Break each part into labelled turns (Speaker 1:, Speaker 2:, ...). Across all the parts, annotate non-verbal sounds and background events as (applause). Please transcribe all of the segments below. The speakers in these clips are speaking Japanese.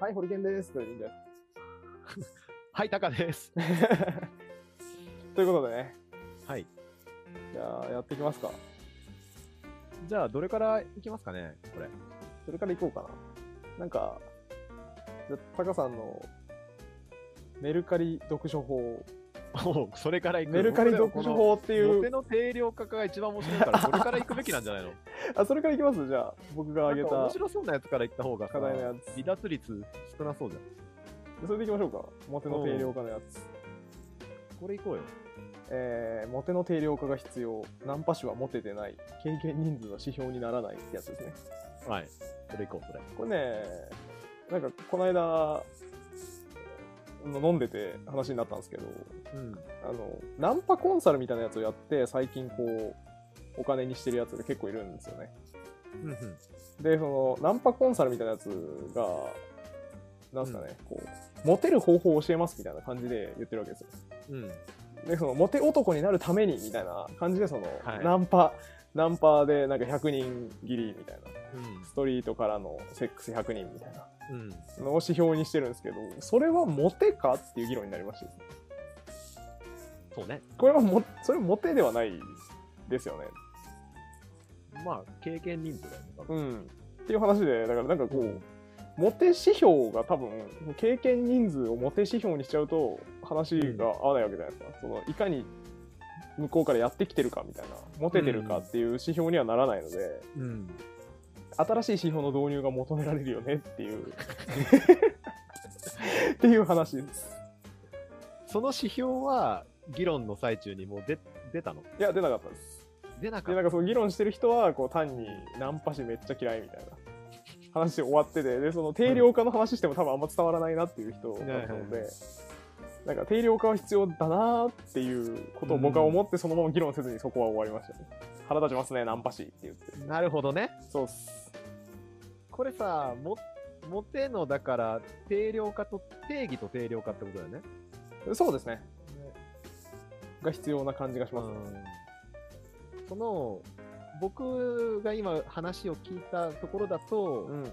Speaker 1: はい、ホリケンです。といいんじゃない
Speaker 2: はい、タカです。
Speaker 1: ということでね、
Speaker 2: はい。
Speaker 1: じゃあやっていきますか。
Speaker 2: (laughs) じゃあ、どれからいきますかね、これ。
Speaker 1: それからいこうかな。なんか、じゃあタカさんのメルカリ読書法。
Speaker 2: おうそれからいく
Speaker 1: メルカリ読
Speaker 2: 僕
Speaker 1: 書
Speaker 2: らはこ
Speaker 1: 法って
Speaker 2: のモ
Speaker 1: い
Speaker 2: テ
Speaker 1: う、
Speaker 2: の定量化が一番面白いから、それから行くべきなんじゃ (laughs) ないの
Speaker 1: あ、それからいきますじゃあ、僕が
Speaker 2: な
Speaker 1: 挙
Speaker 2: ん
Speaker 1: げ
Speaker 2: か面
Speaker 1: た。
Speaker 2: 白そうなやつから行った方がさ、
Speaker 1: 課題のや
Speaker 2: 離
Speaker 1: つ
Speaker 2: 脱率少なそうじゃん。
Speaker 1: それでいきましょうか。モテの定量化のやつ。
Speaker 2: これ行こうよ。
Speaker 1: えー、モテの定量化が必要。ナンパ師はモテてない。経験人数の指標にならないってやつですね。
Speaker 2: はい。それ行こう、それ。
Speaker 1: これね、なんかこの間、の飲んでて話になったんですけど、
Speaker 2: うん。
Speaker 1: あの、ナンパコンサルみたいなやつをやって、最近こう、お金にしてるやつが結構いるんですよね。
Speaker 2: うんうん。
Speaker 1: で、その、ナンパコンサルみたいなやつが、なんすかね、こう、モテる方法を教えますみたいな感じで言ってるわけですよ。
Speaker 2: うん。
Speaker 1: で、その、モテ男になるためにみたいな感じで、その、
Speaker 2: はい
Speaker 1: ナンパ、ナンパでなんか100人切りみたいな、
Speaker 2: うん
Speaker 1: ストリートからのセックス100人みたいな。
Speaker 2: うん。
Speaker 1: の指標にしてるんですけど、それはモテかっていう議論になりましたですね。
Speaker 2: そうね。
Speaker 1: これはも、それモテではないですよね。
Speaker 2: まあ、経験人数だよね。多分
Speaker 1: うん。っていう話で、だからなんかこう、モテ指標が多分、経験人数をモテ指標にしちゃうと、話が合わないわけじゃないですか。その、いかに向こうからやってきてるかみたいな、モテてるかっていう指標にはならないので、
Speaker 2: うん。
Speaker 1: 新しい指標の導入が求められるよねって (laughs) いう、っていう話です。
Speaker 2: その指標は、議論の最中にもう出出たの
Speaker 1: いや、出なかったです。
Speaker 2: 出なか
Speaker 1: で
Speaker 2: っ
Speaker 1: なんかその議論してる人はこう単にナンパ師めっちゃ嫌いみたいな話で終わっててでその定量化の話しても多分あんま伝わらないなっていう人だったの
Speaker 2: はいはい
Speaker 1: でなんか定量化は必要だなーっていうことを僕は思ってそのまま議論せずにそこは終わりましたね腹立ちますねナンパ師って言って
Speaker 2: た。なるほどね。
Speaker 1: そうっす
Speaker 2: これさ、も、モテの、だから、定量化と、定義と定量化ってことだよね。
Speaker 1: そうですねが必要な感じがしますね
Speaker 2: うん。その、僕が今話を聞いたところだと、
Speaker 1: うん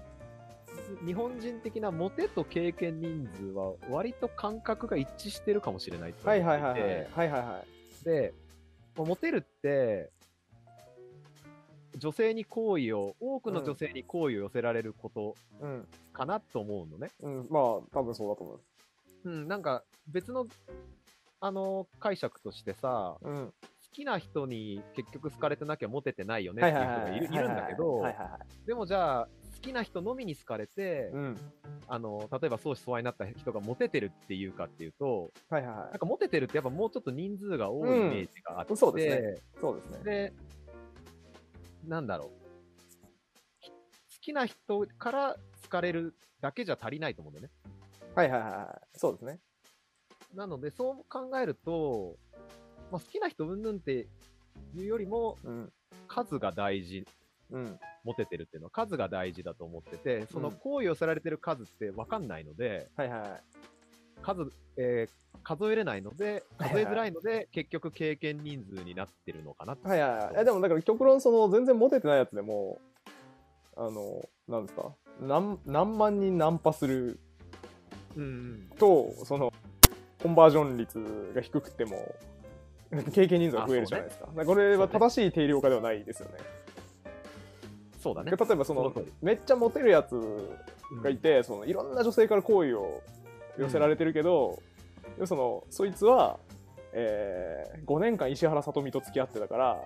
Speaker 2: 日本人的なモテと経験人数は割と感覚が一致してるかもしれないと
Speaker 1: は
Speaker 2: 思
Speaker 1: い
Speaker 2: っていて
Speaker 1: はいはいはいはいはいはい
Speaker 2: で、まあモテるって、女性に好意を、多くの女性に好意を寄せられること
Speaker 1: うん
Speaker 2: かなと思うのね。
Speaker 1: うんまあ多分そうだと思います
Speaker 2: うん、なんか別の、あの、解釈としてさ、
Speaker 1: うん
Speaker 2: 好きな人に結局好かれてなきゃモテてないよね
Speaker 1: は
Speaker 2: ってい
Speaker 1: いうはいは
Speaker 2: 人が
Speaker 1: い
Speaker 2: いるいるんだけど
Speaker 1: はい、はいはい
Speaker 2: でもじゃあ、好きな人のみに好かれて、
Speaker 1: うん
Speaker 2: あの、例えば相思相愛になった人がモテてるっていうかっていうと、
Speaker 1: はいはいは
Speaker 2: なんかモテてるってやっぱもうちょっと人数が多いイメージがあって、
Speaker 1: うんそうでいそうですね
Speaker 2: で、なんだろう。ひ好きな人から好かれるだけじゃ足りないと思うんだよね。
Speaker 1: はいはいはいはい。そうですね。
Speaker 2: なので、そう考えると、まあ、好きな人うんぬんっていうよりも、
Speaker 1: うん。
Speaker 2: 数が大事、
Speaker 1: うん。
Speaker 2: モテてるっていうのは数が大事だと思ってて、その
Speaker 1: うん
Speaker 2: 行為をさられてる数ってわかんないので、
Speaker 1: はいはいはい。
Speaker 2: 数、えー数えれないので、
Speaker 1: はい
Speaker 2: 数えづらいので、結局経験人数になってるのかなって。
Speaker 1: はいはいはいいや。でもだから極論その全然モテてないやつでも、あの、なんですか何何万人ナンパする
Speaker 2: うんうん。
Speaker 1: と、その、コンバージョン率が低くても、経験人数が増えるじゃないですか。だからこれは正しい定量化ではないですよね。
Speaker 2: そうだね
Speaker 1: 例。えばそ
Speaker 2: その
Speaker 1: の
Speaker 2: 通り、
Speaker 1: めっちゃモテるやつがいて、そのいろんな女性から好意を寄せられてるけど、でもそのそいつは、え5年間石原さとみと付き合ってたから、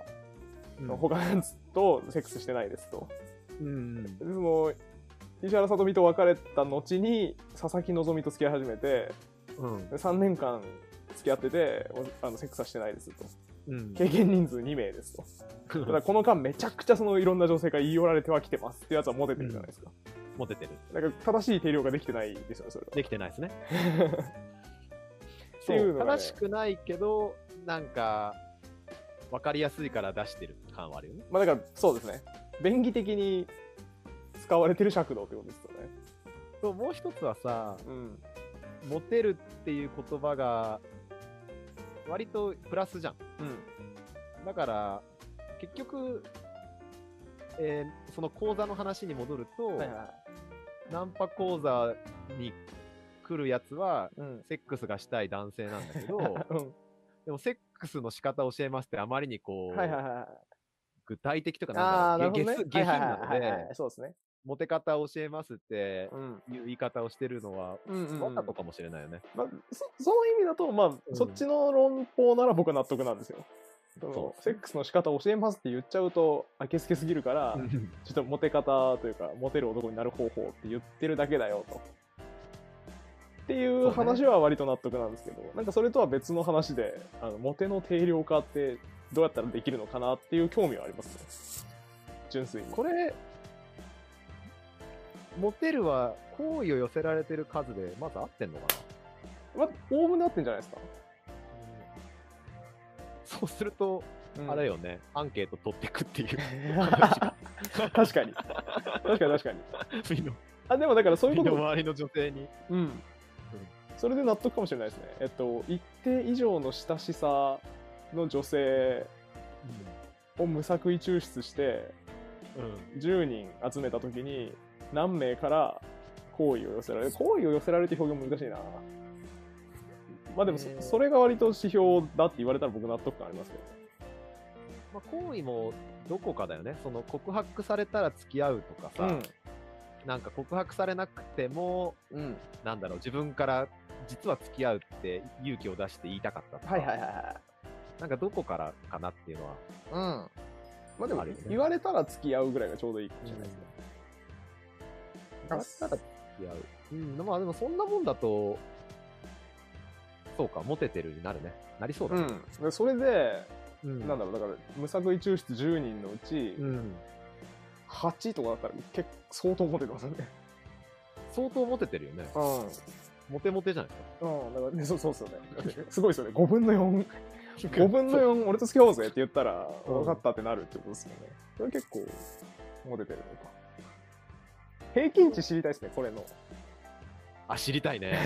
Speaker 2: うん
Speaker 1: 他のやつとセックスしてないですと。
Speaker 2: うんうん
Speaker 1: でその石原さとみと別れた後に佐々木希と付き合い始めて
Speaker 2: うん。
Speaker 1: 3年間付き合ってておあのセックスはしてないですと
Speaker 2: うん。
Speaker 1: 経験人数2名ですとだ
Speaker 2: (laughs)
Speaker 1: からこの間めちゃくちゃそのいろんな女性から言い寄られてはきてますっていうやつはモテてるじゃないですか、
Speaker 2: モテてる。
Speaker 1: だから正しい定量ができてないですよねそれは
Speaker 2: できてないですね。
Speaker 1: って
Speaker 2: (laughs) そ
Speaker 1: いうの
Speaker 2: う。
Speaker 1: がね
Speaker 2: 正しくないけど、なんか、わかりやすいから出してる感はあるよね。
Speaker 1: まあだからそうですね便宜的に使われてる尺度ってことですよね
Speaker 2: そう、もう一つはさ、
Speaker 1: うん
Speaker 2: モテるっていう言葉が、割とプラスじゃん。
Speaker 1: うん
Speaker 2: だから、結局、えーその講座の話に戻ると、
Speaker 1: はいはいはい
Speaker 2: ナンパ講座に来るやつは、
Speaker 1: うん。
Speaker 2: セックスがしたい男性なんだけど、 (laughs)
Speaker 1: うん
Speaker 2: でもセックスの仕方を教えますってあまりにこう、
Speaker 1: はいはいはいはい。
Speaker 2: 具体的とか
Speaker 1: ああー、な
Speaker 2: な
Speaker 1: る
Speaker 2: ん
Speaker 1: ほ
Speaker 2: か
Speaker 1: ど
Speaker 2: げ、
Speaker 1: ね。
Speaker 2: 下下品
Speaker 1: はい
Speaker 2: なの
Speaker 1: はいはいはい
Speaker 2: で、
Speaker 1: そうですね。
Speaker 2: モテ方を教えますって
Speaker 1: うん。
Speaker 2: いう言い方をしてるのは、
Speaker 1: うんうんうん
Speaker 2: わざとかもしれないよね。
Speaker 1: まあ、そその意味だと、まあ、
Speaker 2: ん
Speaker 1: そっちの論法なら僕は納得なんですよ。その
Speaker 2: そう
Speaker 1: セックスの仕方を教えますって言っちゃうと、あけすけすぎるから、ちょっとモテ方というか、モテる男になる方法って言ってるだけだよと。っていう
Speaker 2: そうね
Speaker 1: 話は割と納得なんですけど、なんかそれとは別の話で、あのモテの定量化ってどうやったらできるのかなっていう興味はありますね。純粋に。
Speaker 2: これ、モテるは好意を寄せられてる数で、まず合ってんのかな
Speaker 1: まあ、おおむね合ってんじゃないですか。
Speaker 2: そうすると、
Speaker 1: うん
Speaker 2: あれよね、アンケート取ってくっていう
Speaker 1: (laughs)
Speaker 2: (laughs)
Speaker 1: 確かに。確かに確かに。
Speaker 2: 身の、
Speaker 1: あ、でもだからそういう
Speaker 2: 身
Speaker 1: こと
Speaker 2: の周りの女性に。
Speaker 1: うん。それで納得かもしれないですね。えっと、一定以上の親しさの女性を無作為抽出して、
Speaker 2: うん
Speaker 1: 10人集めた時に、何名から好意を寄せられる。好意を寄せられるって表現難しいな。まあでもそ、
Speaker 2: えー
Speaker 1: それが割と指標だって言われたら僕納得感ありますけど。
Speaker 2: まあ、好意もどこかだよね、その告白されたら付き合うとかさ、なんか告白されなくても、
Speaker 1: うん。うん。
Speaker 2: なんだろう、自分から実は付き合うって勇気を出して言いたかったとか、
Speaker 1: いはい。
Speaker 2: なんかどこからかなっていうのは、
Speaker 1: うん。まあでも
Speaker 2: あるよね、
Speaker 1: 言われたら付き合うぐらいがちょうどいいかもしれないですね。
Speaker 2: あただ付き合う。うん、まあでもそんなもんだと、そうか、モテてるになるね。なりそうだね。
Speaker 1: うんで。それで、
Speaker 2: うん
Speaker 1: なんだろう、だから、無作為抽出10人のうち、
Speaker 2: うん。
Speaker 1: 8とかだったら、結構、相当モテてますよね。
Speaker 2: 相当モテてるよね。
Speaker 1: う
Speaker 2: モテモテじゃないですか。
Speaker 1: ん。うん、 (laughs) だから、ね、そうそうっすよね。すごいですよね。5分の4、5分 (laughs) の4、俺と付き合おうぜって言ったら、
Speaker 2: うん
Speaker 1: 分かったってなるってことですよね。それ結構、モテてるのか。平均値知りたいですね、これの。
Speaker 2: (laughs) あ、知りた
Speaker 1: (laughs)
Speaker 2: いね。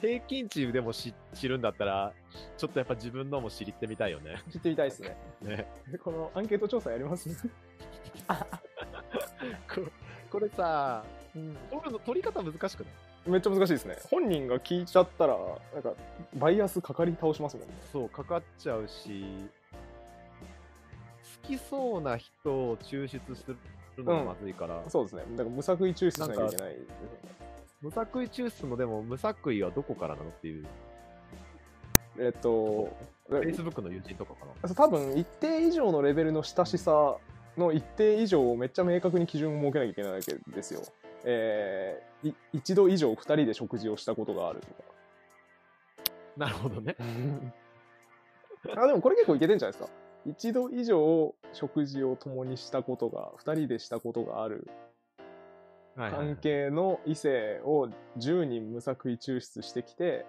Speaker 2: 平均値でも知知るんだったら、ちょっとやっぱ自分のも知りってみたい
Speaker 1: (laughs)
Speaker 2: よね。
Speaker 1: 知ってみたいですね。
Speaker 2: ね。
Speaker 1: このアンケート調査やります
Speaker 2: ここれさ、
Speaker 1: うん。
Speaker 2: 取るの取り方難しくない
Speaker 1: めっちゃ難しいですね。本人が聞いちゃったら、なんか、バイアスかかり倒しますもんね。
Speaker 2: そう、かかっちゃうし、好きそうな人を抽出するのがまずいから、
Speaker 1: そうですね。だから無作為抽出しなきゃいけない。
Speaker 2: 無作為抽出のでも無作為はどこからなのっていう、
Speaker 1: えっと、
Speaker 2: Facebook の友人とかかな。
Speaker 1: 多分一定以上のレベルの親しさの一定以上をめっちゃ明確に基準を設けなきゃいけないわけですよ。えーい一度以上二人で食事をしたことがあると
Speaker 2: (laughs)
Speaker 1: か。
Speaker 2: なるほどね。
Speaker 1: あでもこれ結構いけてんじゃないですか。一度以上食事を共にしたことが、二人でしたことがある
Speaker 2: は
Speaker 1: 関係の異性を10人無作為抽出してきて、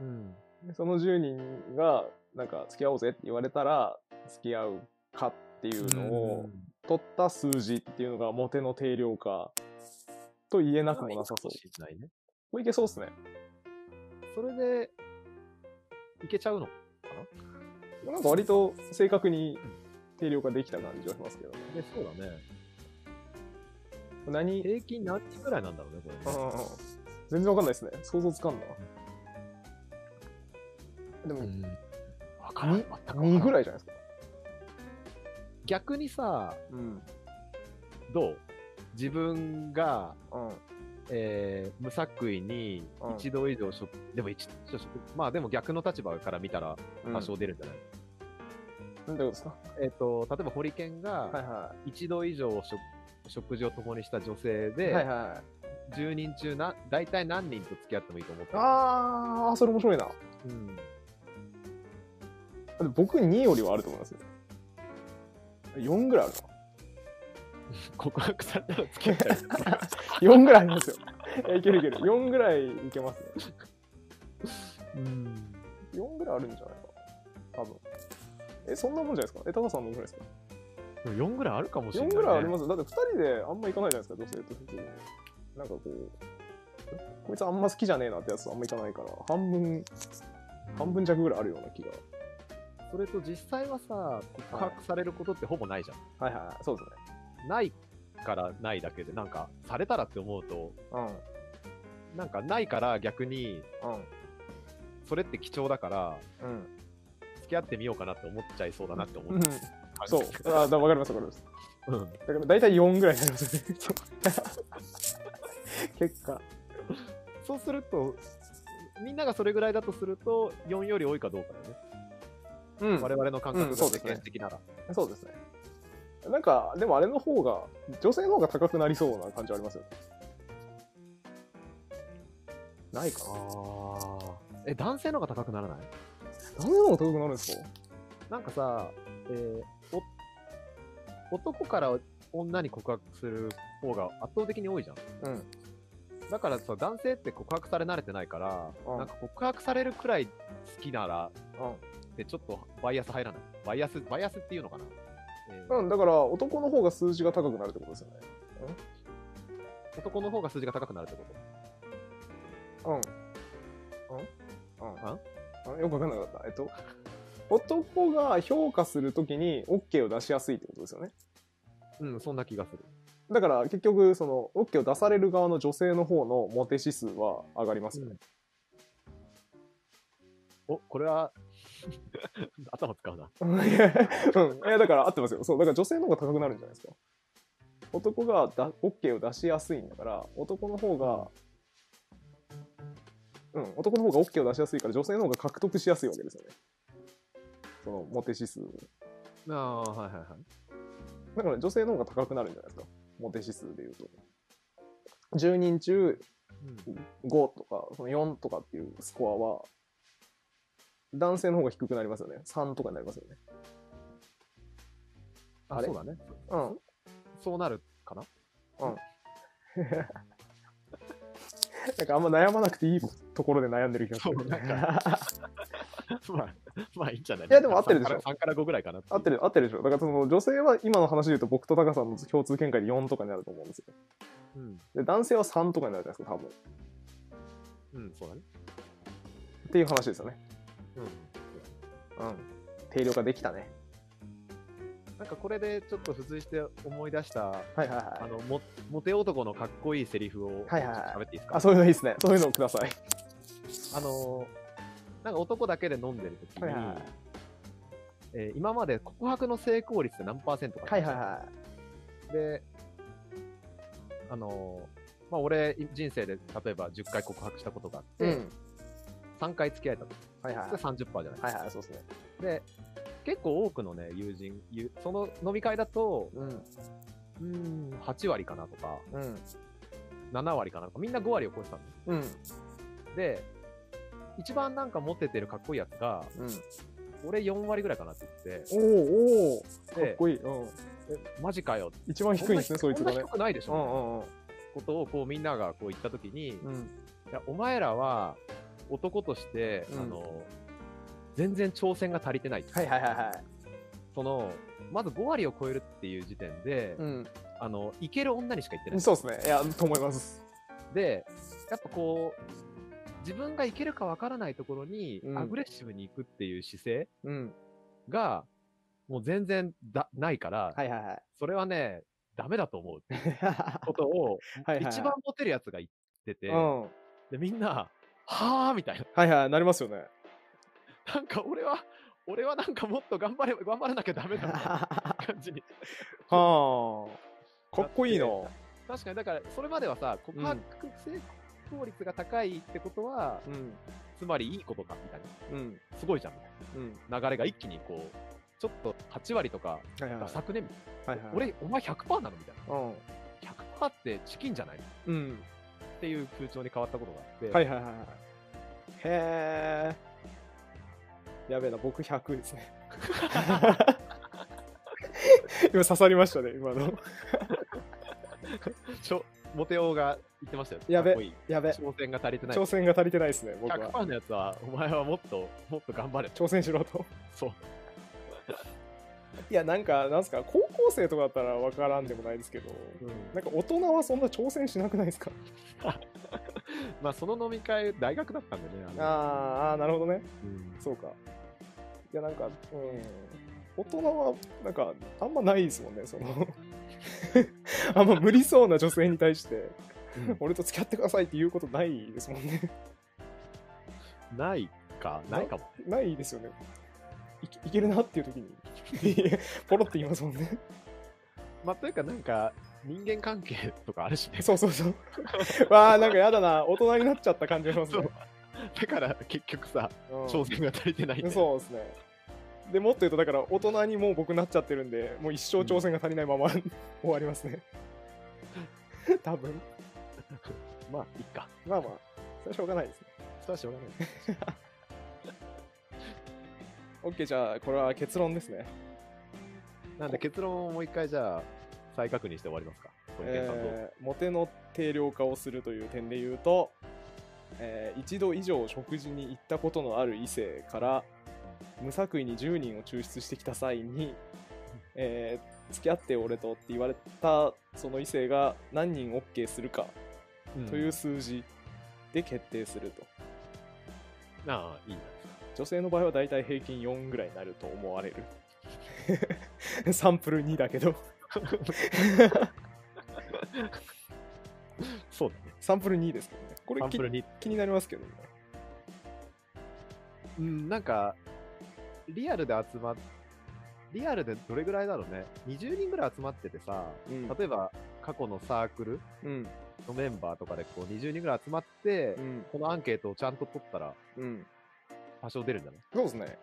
Speaker 2: うん。
Speaker 1: でその10人が、なんか、付き合おうぜって言われたら、付き合うかっていうのを取った数字っていうのが、モテの定量化と言えなくもなさそう。
Speaker 2: しないね。
Speaker 1: これいけそうっすね。
Speaker 2: それで、いけちゃうの
Speaker 1: なんか割と正確に定量化できた感じはしますけどね。
Speaker 2: ね、そうだね。
Speaker 1: 何
Speaker 2: 平均何人ぐらいなんだろうね、これ、ね。
Speaker 1: 全然わかんないですね。想像つかんな。でも、
Speaker 2: ん。わからん。
Speaker 1: に
Speaker 2: 全くわからん
Speaker 1: 2ぐらいじゃないですか。
Speaker 2: 逆にさ、
Speaker 1: うん。
Speaker 2: どう自分が、
Speaker 1: うん。
Speaker 2: えー無作為に
Speaker 1: うん
Speaker 2: 一度以上食、でも一度以上食、まあでも逆の立場から見たら多少出るんじゃない、
Speaker 1: なんてことですか
Speaker 2: えっ、と、例えばホリケン
Speaker 1: はい
Speaker 2: が
Speaker 1: は
Speaker 2: 一度以上食食事を共にした女性
Speaker 1: い。
Speaker 2: で、
Speaker 1: はいはい。
Speaker 2: 10人中な、大体何人と付き合ってもいいと思ってる
Speaker 1: あー、それ面白いな。
Speaker 2: うん
Speaker 1: でも僕2よりはあると思いますよ。4ぐらいあるか
Speaker 2: 告白されたら付き合っちゃ
Speaker 1: な。
Speaker 2: う。
Speaker 1: 4ぐらいありますよ。 (laughs) いやいけるいける。4ぐらいいけますね。 (laughs)
Speaker 2: うん。
Speaker 1: 4ぐらいあるんじゃないかな。多分。え、そんなもんじゃないですかえ、タカさんどんぐらいですか
Speaker 2: でも4ぐらいあるかもしれ
Speaker 1: ?4
Speaker 2: な
Speaker 1: ぐ
Speaker 2: い、。
Speaker 1: らいありますすだって2人であんま行かないじゃないですか、女性と普通に。なんかこう、こいつあんま好きじゃねえなってやつあんま行かないから、半分、半分弱ぐらいあるような気が。
Speaker 2: それと実際はさ、告白されることってほぼないじゃん。
Speaker 1: はいはい、そうですね。
Speaker 2: ないからないだけで、なんか、されたらって思うと、
Speaker 1: うん。
Speaker 2: なんかないから逆に、
Speaker 1: うん。
Speaker 2: それって貴重だから、
Speaker 1: うん。
Speaker 2: 付き合ってみようかなって思っちゃいそうだなって思
Speaker 1: う
Speaker 2: っ
Speaker 1: ん
Speaker 2: て、
Speaker 1: そう。あ、だわかります、わかります。
Speaker 2: うん。
Speaker 1: だから大体4ぐらいになりますよね。結果。
Speaker 2: そうすると、みんながそれぐらいだとすると、4より多いかどうかだね。
Speaker 1: うん
Speaker 2: 我々の感
Speaker 1: う
Speaker 2: 覚
Speaker 1: んそ
Speaker 2: が
Speaker 1: うで
Speaker 2: 世
Speaker 1: すね
Speaker 2: 間的なら。
Speaker 1: そうですね。なんか、でもあれの方が、女性の方が高くなりそうな感じはありますよね。ないかな。
Speaker 2: ああ。え、男性の方が高くならない
Speaker 1: 男性の方が高くなるんですか
Speaker 2: なんかさ、えーお男から女に告白する方が圧倒的に多いじゃん。
Speaker 1: うん。
Speaker 2: だからさ、男性って告白され慣れてないから、
Speaker 1: うん
Speaker 2: なんか告白されるくらい好きなら、でちょっとバイアス入らない。バイアス、バイアスっていうのかな。え
Speaker 1: う
Speaker 2: ー
Speaker 1: ん。うん、だから男の方が数字が高くなるってことですよね。
Speaker 2: 男の方が数字が高くなるってこと。
Speaker 1: うん。うん。うん。よくわかんなかった。えっと、男が評価するときに OK を出しやすいってことですよね。
Speaker 2: うん、そんな気がする。
Speaker 1: だから結局、その OK を出される側の女性の方のモテ指数は上がりますよね。
Speaker 2: お、これは、 (laughs) 頭使うな。
Speaker 1: うんいや、うんいやだから合ってますよ。そう、だから女性の方が高くなるんじゃないですか。男がだ OK を出しやすいんだから、男の方が、うん、男の方が OK を出しやすいから、女性の方が獲得しやすいわけですよね。その、モテ指数を。
Speaker 2: ああ、はいはいはい。
Speaker 1: だから女性の方が高くなるんじゃないですか。モテ指数でいうと。10人中5とか、その4とかっていうスコアは、男性の方が低くなりますよね。3とかになりますよね。
Speaker 2: あ
Speaker 1: あれ
Speaker 2: そうだね。
Speaker 1: うん。
Speaker 2: そうなるかな
Speaker 1: なんかあんま悩まなくていいところで悩んでる気がする。
Speaker 2: そうなん (laughs) まあ、まあいいんじゃないい
Speaker 1: いやでも合ってるでしょ
Speaker 2: ?3 から5ぐらいかな
Speaker 1: 合って
Speaker 2: る。
Speaker 1: る、合ってるでしょ。だからその女性は今の話で言うと僕とタカさんの共通見解で4とかになると思うんですよ。
Speaker 2: うん、
Speaker 1: で、男性は3とかになるじゃないですか、多分。っ
Speaker 2: うん、そうだね。
Speaker 1: ていう話ですよね。
Speaker 2: うん。
Speaker 1: うん。定量化できたね。
Speaker 2: なんかこれでちょっと付随して思い出した、
Speaker 1: はいはい
Speaker 2: あ
Speaker 1: はい。
Speaker 2: の、もモテ男のかっこいいセリフを
Speaker 1: はいはいはい
Speaker 2: 喋っていいですか、
Speaker 1: あ、そういうのいいですね。そういうのをください。
Speaker 2: あのーなんか男だけで飲んでる時に、
Speaker 1: はいはいはい。
Speaker 2: えー今まで告白の成功率って何パーセントか、
Speaker 1: はいはいはい。
Speaker 2: で、あのーまあ、俺、い人生で例えば10回告白したことがあって、
Speaker 1: うん。
Speaker 2: 3回付き合えたと。
Speaker 1: はいはい。
Speaker 2: それ30%じゃない
Speaker 1: はいはい、そうですね。
Speaker 2: で、結構多くのね、友人、ゆその飲み会だと、
Speaker 1: うん。
Speaker 2: うーん、8割かなとか、
Speaker 1: うん。
Speaker 2: 7割かなとか、みんな5割を超えてたんです
Speaker 1: うん。
Speaker 2: で、一番なんかモテてるかっこいいやつが、
Speaker 1: うん。
Speaker 2: 俺4割ぐらいかなって言って
Speaker 1: おおおー
Speaker 2: で
Speaker 1: かっこいい。うん。
Speaker 2: え、マジかよ。
Speaker 1: 一番低いんですね、そ
Speaker 2: こん
Speaker 1: い
Speaker 2: な
Speaker 1: つがね
Speaker 2: こんな。低くないでし
Speaker 1: うん
Speaker 2: ょ、
Speaker 1: うん
Speaker 2: ことをこうみんながこう言ったときに、
Speaker 1: うん。うん。
Speaker 2: いや、お前らは男として、
Speaker 1: うん
Speaker 2: あの、全然挑戦が足りてない。
Speaker 1: はいはいはいはい。
Speaker 2: その、まず5割を超えるっていう時点で、
Speaker 1: う
Speaker 2: あの、いける女にしか言ってない
Speaker 1: ん。。そうですね。いや、と思います。
Speaker 2: で、やっぱこう、自分がいけるかわからないところに
Speaker 1: う、ん
Speaker 2: アグレッシブに行くっていう姿勢
Speaker 1: うん。
Speaker 2: が、もう全然だ、ないから、
Speaker 1: はいはいはい。
Speaker 2: それはね、ダメだと思うってこ
Speaker 1: は
Speaker 2: とを、
Speaker 1: いはいはい
Speaker 2: 一番モテるやつが言ってて、
Speaker 1: うん。は
Speaker 2: で、みんな、はぁーみたいな。 (laughs)
Speaker 1: いはい、なりますよ (laughs) ね。
Speaker 2: なんか俺は、俺はなんかもっと頑張れ、頑張らなきゃダメだみたいな
Speaker 1: は
Speaker 2: 感
Speaker 1: (laughs)
Speaker 2: じに。
Speaker 1: あ。かっこいいな。
Speaker 2: 確かに、だから、それまではさ、告白成功率が高いってことは、
Speaker 1: うん。
Speaker 2: つまりいいことか、みたいな。
Speaker 1: うん。
Speaker 2: すごいじゃん、みたい
Speaker 1: う
Speaker 2: な。
Speaker 1: ん。
Speaker 2: 流れが一気にこう、ちょっと8割とか、
Speaker 1: はいはい。
Speaker 2: 昨年、
Speaker 1: はいはい。
Speaker 2: 俺、お前100%なのみたい
Speaker 1: うん。
Speaker 2: な。100%ってチキンじゃないっ
Speaker 1: うん。
Speaker 2: ていう風潮に変わったことがあって、
Speaker 1: はいはいはいはい。へえ。やべえな、僕100です (laughs) ね。今刺さりましたね、今の。
Speaker 2: ちょモテオが言ってましたよ。
Speaker 1: やべ
Speaker 2: かっこいい
Speaker 1: やべえ。
Speaker 2: 挑戦が足りてな
Speaker 1: (laughs)
Speaker 2: い。
Speaker 1: 挑戦が足りてないですね、僕は。
Speaker 2: 100%のやつは、お前はもっと、もっと頑張れ。
Speaker 1: 挑戦しろと。
Speaker 2: そう。
Speaker 1: いや、なんか、なんすか、高校生とかだったらわからんでもないですけど、なんか大人はそんな挑戦しなくないですか
Speaker 2: まあ、その飲み会、大学だったんでね。の
Speaker 1: あーあー、なるほどね。
Speaker 2: うん
Speaker 1: そうか。いや、なんか、うん。大人は、なんか、あんまないですもんね、その。 (laughs) あんま無理そうな女性に対して、
Speaker 2: うん
Speaker 1: 俺と付き合ってくださいって言うことないですもんね。
Speaker 2: ない
Speaker 1: (laughs)
Speaker 2: か、ないかも。
Speaker 1: ないですよね。いけいけるなっていう時に、 (laughs) ポロって言いますもんね。
Speaker 2: まあ、というか、なんか、人間関係とかあるしね。 (laughs)
Speaker 1: そうそうそう。わあ、なんかやだな。大人になっちゃった感じがしますね。
Speaker 2: だから、結局さ、
Speaker 1: うん
Speaker 2: 挑戦が足りてないんだよね
Speaker 1: そうですね。でもっと言うと、だから大人にもう僕なっちゃってるんで、もう一生挑戦が足りないまま終わりますね。 (laughs) 多分
Speaker 2: まあ、いいか。
Speaker 1: まあまあ、それはしょうがないですね。
Speaker 2: それはしょうがない。
Speaker 1: OK、じゃあ、これは結論ですね。
Speaker 2: なんで、結論をもう一回、じゃあ、再確認して終わりますか。小池さんどうぞ
Speaker 1: えーモテの定量化をするという点で言うと、えー一度以上食事に行ったことのある異性から無作為に10人を抽出してきた際に、えー付き合って俺とって言われたその異性が何人 OK するか
Speaker 2: うん
Speaker 1: という数字で決定すると、
Speaker 2: ああ、いいな。
Speaker 1: 女性の場合はだいたい平均4ぐらいになると思われる (laughs) サンプル2だけど
Speaker 2: そうだね。
Speaker 1: サンプル2ですけどねこれ
Speaker 2: サン
Speaker 1: き
Speaker 2: プルに。
Speaker 1: 気になりますけどね
Speaker 2: うん、なんか、リアルで集まっ、リアルでどれぐらいだろうね。20人ぐらい集まっててさ、
Speaker 1: うん
Speaker 2: 例えば、過去のサークル
Speaker 1: うん
Speaker 2: のメンバーとかで、こう、20人ぐらい集まって、
Speaker 1: うん
Speaker 2: このアンケートをちゃんと取ったら、
Speaker 1: うん
Speaker 2: 多少出るんじゃない、
Speaker 1: そうですね。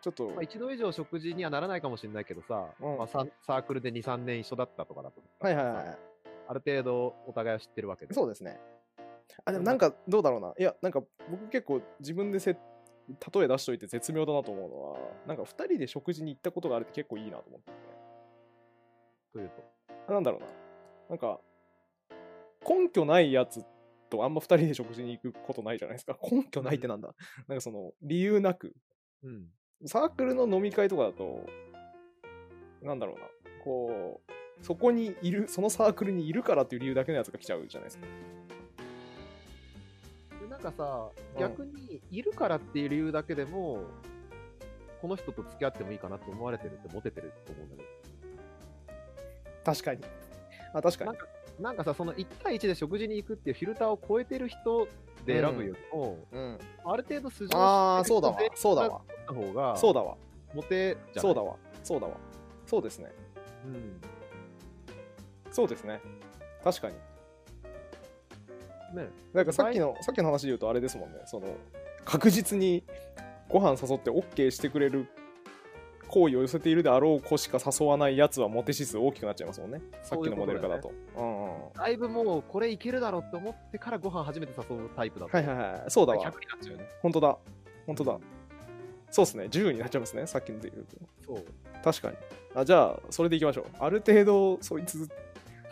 Speaker 1: ちょっと、
Speaker 2: まあ、一度以上食事にはならないかもしれないけどさ、
Speaker 1: うん
Speaker 2: まあ、ササークルで2、3年一緒だったとかだと、
Speaker 1: はいはいはい。
Speaker 2: ある程度お互いは知ってるわけで。
Speaker 1: そうですね。あ、でもなんかどうだろうな。いや、なんか僕結構自分でせ例え出しといて絶妙だなと思うのは、なんか2人で食事に行ったことがあるって結構いいなと思って、ね。
Speaker 2: というと。
Speaker 1: あなんだろうな。なんか、根拠ないやつとあんま2人で食事に行くことないじゃないですか。 (laughs) 根拠ないってなんだ。なんかその、理由なく。
Speaker 2: うん。
Speaker 1: サークルの飲み会とかだと、なんだろうな、こう、そこにいる、そのサークルにいるからっていう理由だけのやつが来ちゃうじゃないですか。
Speaker 2: でなんかさ、
Speaker 1: うん
Speaker 2: 逆に、いるからっていう理由だけでも、この人と付き合ってもいいかなって思われてるってモテてると思うんだけど。
Speaker 1: 確かに。あ、確か
Speaker 2: なん
Speaker 1: に。
Speaker 2: かなんかさ、その1対1で食事に行くっていうフィルターを超えてる人で選ぶよりも、
Speaker 1: うん。
Speaker 2: ある程度素性を知ってる人
Speaker 1: ああ、そうだわ
Speaker 2: 全員。
Speaker 1: そうだわ。
Speaker 2: の方が、
Speaker 1: そうだわ。
Speaker 2: モテじゃな
Speaker 1: そ
Speaker 2: いう
Speaker 1: だわ。そうだわ。そうですね。
Speaker 2: うん。
Speaker 1: そうですね。確かに。
Speaker 2: ね
Speaker 1: なんかさっきの、さっきの話で言うとあれですもんね。その、確実にご飯誘って OK してくれる行為を寄せているであろう子しか誘わないやつはモテ指数大きくなっちゃいますもんね。さっきのモデル化だと。うんうん。
Speaker 2: だいぶもうこれいけるだろうって思ってからご飯初めて誘うタイプだと、
Speaker 1: はいはいはい。そうだ
Speaker 2: 100にな
Speaker 1: わ
Speaker 2: っ。ちゃうよね。
Speaker 1: 本当だ。本当だ。そうですね。10になっちゃいますね。さっきので言うと。
Speaker 2: そう。
Speaker 1: 確かに。あじゃあ、それでいきましょう。ある程度、そいつ、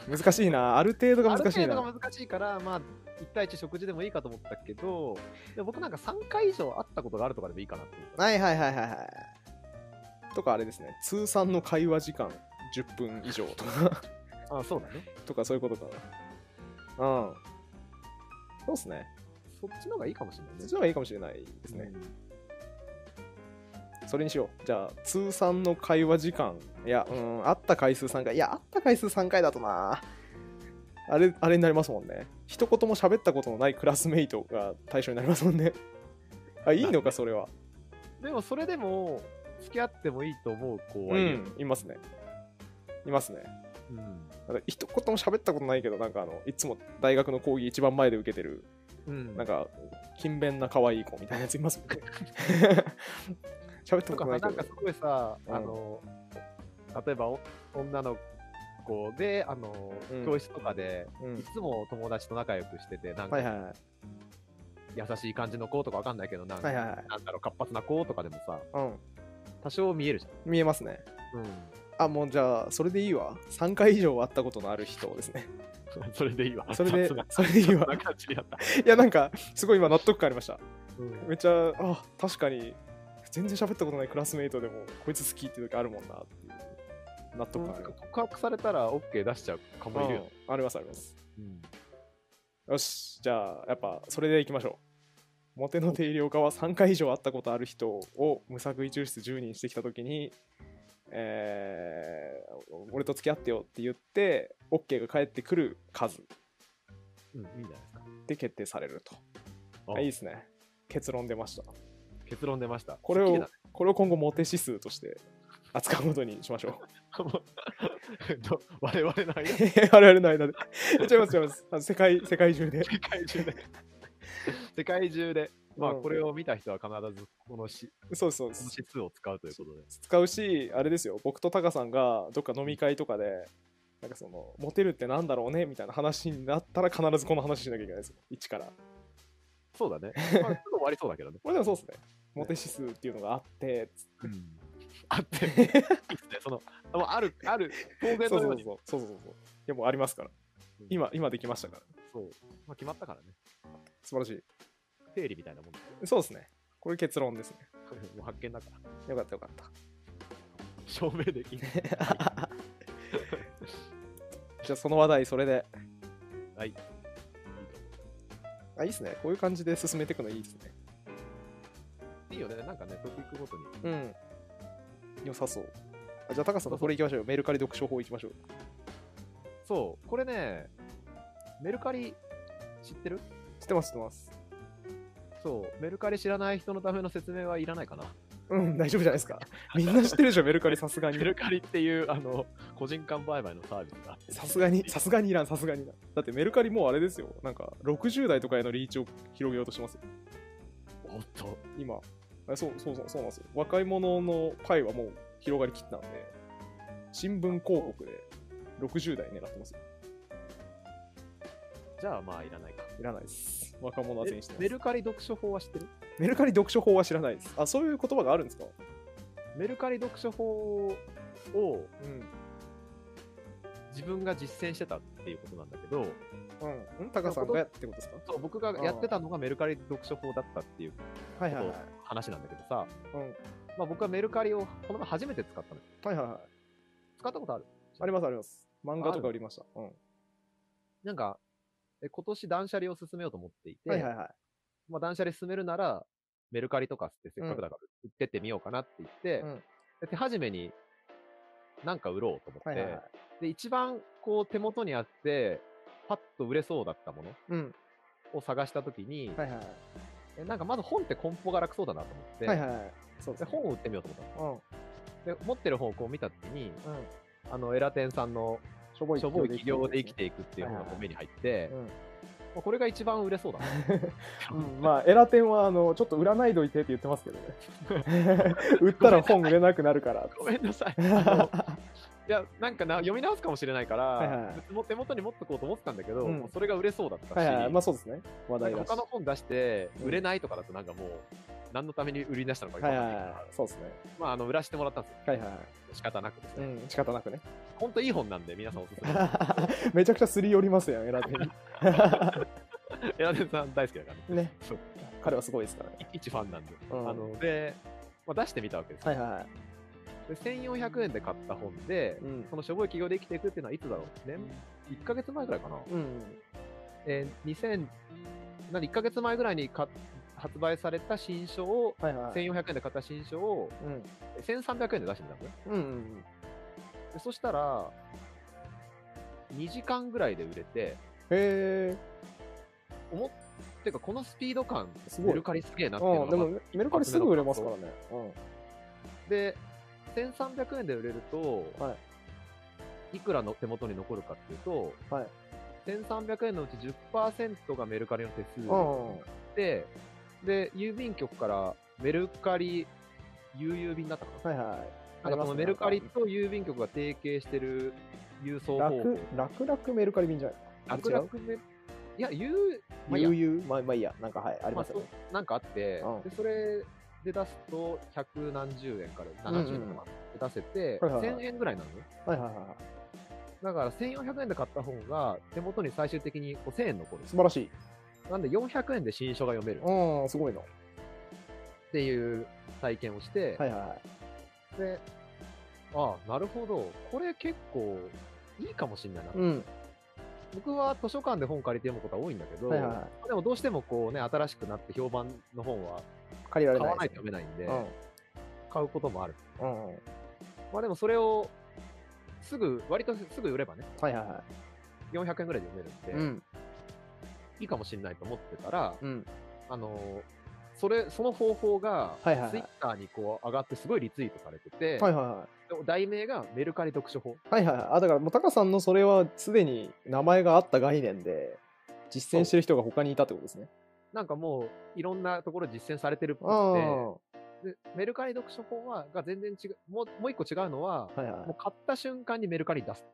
Speaker 1: 難しいな。ある程度が
Speaker 2: ある
Speaker 1: 難し
Speaker 2: 程
Speaker 1: い
Speaker 2: 度
Speaker 1: な。
Speaker 2: が難しいから、まあ、1対1食事でもいいかと思ったけど、でも僕なんか3回以上会ったことがあるとかでもいいかなって思った。
Speaker 1: はいはいはいはいはい。とかあれですね。通算の会話時間10分以上とか、
Speaker 2: あそうだね。
Speaker 1: とかそういうことかな。うん。そうですね。
Speaker 2: そっちの方がいいかもしれないね。
Speaker 1: そっちの方がいいかもしれないですね。それにしよう。じゃあ、通算の会話時間。いや、うん、あった回数3回。いや、あった回数3回だとな。あれ、あれになりますもんね。一言も喋ったことのないクラスメイトが対象になりますもん (laughs) ね。あ、いいのか、それは。
Speaker 2: うんでもそれでも、付き合ってもいいと思う子
Speaker 1: う
Speaker 2: はいる。
Speaker 1: ん、いますね。いますね。
Speaker 2: うん。
Speaker 1: なんか一言も喋ったことないけど、なんかあの、いつも大学の講義一番前で受けてる、
Speaker 2: うん。
Speaker 1: なんか、勤勉な可愛い子みたいなやついますもんね。 (laughs) 喋った
Speaker 2: と
Speaker 1: こと
Speaker 2: か
Speaker 1: な
Speaker 2: さ、
Speaker 1: いけど
Speaker 2: なんか。すごいさ、
Speaker 1: うん
Speaker 2: あの、例えばお女の子で、あの、
Speaker 1: うん
Speaker 2: 教室とかで、
Speaker 1: うん
Speaker 2: いつも友達と仲良くしてて、なん
Speaker 1: はい
Speaker 2: か
Speaker 1: はいはい。
Speaker 2: 優しい感じの子とかわかんないけど、なんか、
Speaker 1: はいはいはい
Speaker 2: なんだろう、活発な子とかでもさ、
Speaker 1: うん。
Speaker 2: 多少見えるじ
Speaker 1: 見えますね。
Speaker 2: ゃん。うん。
Speaker 1: あ、もうじゃあ、それでいいわ。3回以上会ったことのある人ですね。 (laughs)
Speaker 2: (laughs) それでいいわ。
Speaker 1: それで
Speaker 2: 雑な、
Speaker 1: それでいいわ
Speaker 2: 雑。な感じでやった。
Speaker 1: いや、なんか、すごい今納得感ありました。
Speaker 2: うん
Speaker 1: めっちゃ、あ、確かに、全然喋ったことないクラスメイトでも、こいつ好きっていう時あるもんなっていう。納得感ある。
Speaker 2: 告白されたら OK 出しちゃうかもいるよ。
Speaker 1: うんありますあります。
Speaker 2: うん
Speaker 1: よし、じゃあ、やっぱ、それでいきましょう。モテの定量化は3回以上会ったことある人を無作為抽出10人してきたときに、えー俺と付き合ってよって言って OK が返ってくる数
Speaker 2: うん、いいんじゃないですか。
Speaker 1: で決定されると
Speaker 2: あ
Speaker 1: あいいですね結論出ました
Speaker 2: 結論出ました。
Speaker 1: これ
Speaker 2: すっきり
Speaker 1: を
Speaker 2: だね
Speaker 1: これを今後モテ指数として扱うことにしましょう (laughs)
Speaker 2: もう (laughs) ど我々の間で
Speaker 1: 我々の間で違います違いますあの世界世界中で
Speaker 2: 世界中
Speaker 1: (laughs)
Speaker 2: で。世界中で。まあ、
Speaker 1: うん
Speaker 2: これを見た人は必ずこのし
Speaker 1: そうですそうで
Speaker 2: こ
Speaker 1: す
Speaker 2: の指数を使うということで。
Speaker 1: 使うしあれですよ僕とタカさんがどっか飲み会とかでなんかそのモテるってなんだろうねみたいな話になったら必ずこの話しなきゃいけないですよ一から
Speaker 2: そうだね。まあ、すぐ終わりそうだけどね。
Speaker 1: これでもそうですねモテ指数っていうのがあってつ
Speaker 2: うんあ (laughs) って、いいっすねその、もうある、ある、当然
Speaker 1: そうそ
Speaker 2: のよう
Speaker 1: う
Speaker 2: に。
Speaker 1: そうそうそうそうそういやもうありますから
Speaker 2: うん
Speaker 1: 今今できましたから
Speaker 2: そう。まあ、決まったからね。
Speaker 1: 素晴らしい
Speaker 2: 定理みたいなもんだよ
Speaker 1: そうですねこれ結論ですね
Speaker 2: もう (laughs) 発見だから。
Speaker 1: よかったよかった
Speaker 2: 証明できん。 (laughs)
Speaker 1: じゃあその話題それで
Speaker 2: はい。
Speaker 1: あいいですねこういう感じで進めていくのいいですね
Speaker 2: いいよね。なんかね、トピックごとに。
Speaker 1: うん良さそうあじゃあタカさんのこれいきましょうよメルカリ読書法いきましょう
Speaker 2: そう。これね、メルカリ知ってる
Speaker 1: 知ってます知ってます
Speaker 2: そう。メルカリ知らない人のための説明はいらないかな。
Speaker 1: うん、大丈夫じゃないですか。みんな知ってるでしょ、メルカリ、さすがに
Speaker 2: メ。ルカリっていう、あの、個人間売買のサービスがあって。
Speaker 1: さすがに、さすがにいらん、さすがにいらん。だってメルカリもうあれですよ、なんか60代とかへのリーチを広げようとしてますよ、
Speaker 2: おっと。
Speaker 1: 今。あそうそうそうそうなんですよ。若い者のパイはもう広がりきったんで、新聞広告で60代狙ってますよ。
Speaker 2: じゃあ、まあ、いらないか。
Speaker 1: いらないです。若者は全員してます
Speaker 2: メルカリ読書法は知ってる
Speaker 1: メルカリ読書法は知らないです。あ、そういう言葉があるんですか
Speaker 2: メルカリ読書法を
Speaker 1: うん。
Speaker 2: 自分が実践してたっていうことなんだけど、
Speaker 1: うん。ん高さんがやってことですか
Speaker 2: そう僕がやってたのがメルカリ読書法だったっていう
Speaker 1: はい
Speaker 2: こと話なんだけどさ、
Speaker 1: うん。
Speaker 2: まあ、僕はメルカリをこの前初めて使ったのよ。
Speaker 1: はいはいはい。
Speaker 2: 使ったことある
Speaker 1: ありますあります。漫画とか売りました。うん。は
Speaker 2: なんか、え今年断捨離を進めようと思っていて、
Speaker 1: いはいはい。
Speaker 2: まあ、断捨離進めるなら、メルカリとかってせっかくだから売ってってみようかなって言って、
Speaker 1: うん
Speaker 2: で手始めになんか売ろうと思って、
Speaker 1: はいはいはい。
Speaker 2: で一番こう手元にあって、パッと売れそうだったもの
Speaker 1: うん。
Speaker 2: を探したときに、
Speaker 1: はいはいはい。
Speaker 2: えなんかまず本って梱包が楽そうだなと思って、
Speaker 1: はいはいはい。そうです
Speaker 2: で
Speaker 1: ね。
Speaker 2: 本を売ってみようと思ったの。
Speaker 1: うん。
Speaker 2: で持ってる本をこう見たときに、
Speaker 1: うん。
Speaker 2: あのエラテンさんの
Speaker 1: しょぼ
Speaker 2: しょぼい企業で生き
Speaker 1: て
Speaker 2: ていくっていう本がこう目に入って
Speaker 1: う、ん。
Speaker 2: まあこれが一番売
Speaker 1: (laughs)
Speaker 2: れそうだな。
Speaker 1: うんまあ、エラテンは、あの、ちょっと売らないどいてって言ってますけどね。 (laughs) 売ったら本売れなくなるから。
Speaker 2: ごめん
Speaker 1: (laughs)
Speaker 2: なさい。あの
Speaker 1: はい
Speaker 2: や、なんかな読み直すかもしれないから、
Speaker 1: はいはいはい
Speaker 2: も手元に持っとこうと思ってたんだけど、
Speaker 1: うん
Speaker 2: もうそれが売れそうだったし、
Speaker 1: いはい。まあそうですね。話
Speaker 2: なん
Speaker 1: 題
Speaker 2: か
Speaker 1: だし。
Speaker 2: 他の本出して
Speaker 1: うん
Speaker 2: 売れないとかだとなんかもう、何のために売り出したのかよく
Speaker 1: は
Speaker 2: わ
Speaker 1: いはい
Speaker 2: かんないから、
Speaker 1: はい。そうですね。
Speaker 2: まあ、あの売らせてもらったんですよ。
Speaker 1: はいはいはい。
Speaker 2: 仕方なくです
Speaker 1: う
Speaker 2: ね。
Speaker 1: ん、仕方なくね。
Speaker 2: ほんといい本なんで、皆さんおすすめです。
Speaker 1: (laughs) めちゃくちゃすり寄りますやん、エラテ
Speaker 2: エラテンさん大好きだからね。
Speaker 1: ン。 (laughs) ね
Speaker 2: そう。
Speaker 1: 彼はすごいですからね。
Speaker 2: い一ファンなんで。
Speaker 1: うん
Speaker 2: あので、まあ、出してみたわけですよ、
Speaker 1: はいはいはい。
Speaker 2: で1400円で買った本で、
Speaker 1: うん。
Speaker 2: そのしょぼい企業で生きていくっていうのはいつだろう年1ヶ月前ぐらいかな、
Speaker 1: うん。
Speaker 2: えー、2000なんで1ヶ月前ぐらいに買っ発売された新書を、
Speaker 1: はいはい。
Speaker 2: 1400円で買った新書を
Speaker 1: うん。
Speaker 2: えー1300円で出してみたのね
Speaker 1: うんうん。
Speaker 2: でそしたら2時間ぐらいで売れて
Speaker 1: へえ。
Speaker 2: 思っっていうかこのスピード感
Speaker 1: すごい
Speaker 2: メルカリすげえなっていう
Speaker 1: う
Speaker 2: の
Speaker 1: ん。で
Speaker 2: が
Speaker 1: も、メルカリすぐ売れますからね。うん。
Speaker 2: で1300円で売れると、、
Speaker 1: はい
Speaker 2: くらの手元に残るかっていうと、
Speaker 1: はい
Speaker 2: 1300円のうち10%がメルカリの手数
Speaker 1: うん。
Speaker 2: で、で、郵便局からメルカリ、郵郵便だったか
Speaker 1: はいはい。
Speaker 2: な。なんかそのメルカリと郵便局が提携してる郵送方法
Speaker 1: 楽。、楽々メルカリ便じゃない
Speaker 2: 楽々メいや、郵、まあいいや
Speaker 1: 悠々、まあ、まあいいや、なんかはい、ありま
Speaker 2: まあ
Speaker 1: すよね。
Speaker 2: そうなんかあって、
Speaker 1: うん
Speaker 2: でそれで出すと、百何十円から70円とかで出せて、
Speaker 1: はいはいはい
Speaker 2: 1000円ぐらいなのね。
Speaker 1: はいはいはいはい。
Speaker 2: だから1400円で買った本が手元に最終的に5000円残る。
Speaker 1: 素晴らしい。
Speaker 2: なんで400円で新書が読める
Speaker 1: うん、すごいの。は
Speaker 2: っていう体験をして、
Speaker 1: いはいはい。
Speaker 2: で、ああ、なるほど。これ結構いいかもしんないな。
Speaker 1: うん。
Speaker 2: 僕は図書館で本借りて読むことは多いんだけど、
Speaker 1: はいはいはい。
Speaker 2: でもどうしてもこうね、新しくなって評判の本は
Speaker 1: 借りら
Speaker 2: 買
Speaker 1: れない。
Speaker 2: わないと読めないんで、買うこともある。
Speaker 1: うん。うん。
Speaker 2: まあでもそれを、すぐ、割とすぐ売ればね、
Speaker 1: はいはいは
Speaker 2: 400円ぐらいで売れるんで、
Speaker 1: い。うん。
Speaker 2: いいかもしれないと思ってたら、
Speaker 1: うん。
Speaker 2: あのそれ、その方法が、ツイ
Speaker 1: はいはいはい
Speaker 2: ッターにこう上がってすごいリツイートされてて、
Speaker 1: はいはいはい。
Speaker 2: 題名がメルカリ読書法。
Speaker 1: はいはいはい。あ、だからもうタカさんのそれはすでに名前があった概念で、実践してる人が他にいたってことですね。
Speaker 2: なんかもう、いろんなところ実践されてるっ
Speaker 1: あ
Speaker 2: ぽ
Speaker 1: あ
Speaker 2: く
Speaker 1: ー。
Speaker 2: て、でメルカリ読書法は、が全然違う、もう、もう一個違うのは、
Speaker 1: はいはい
Speaker 2: もう。買った瞬間にメルカリに出す。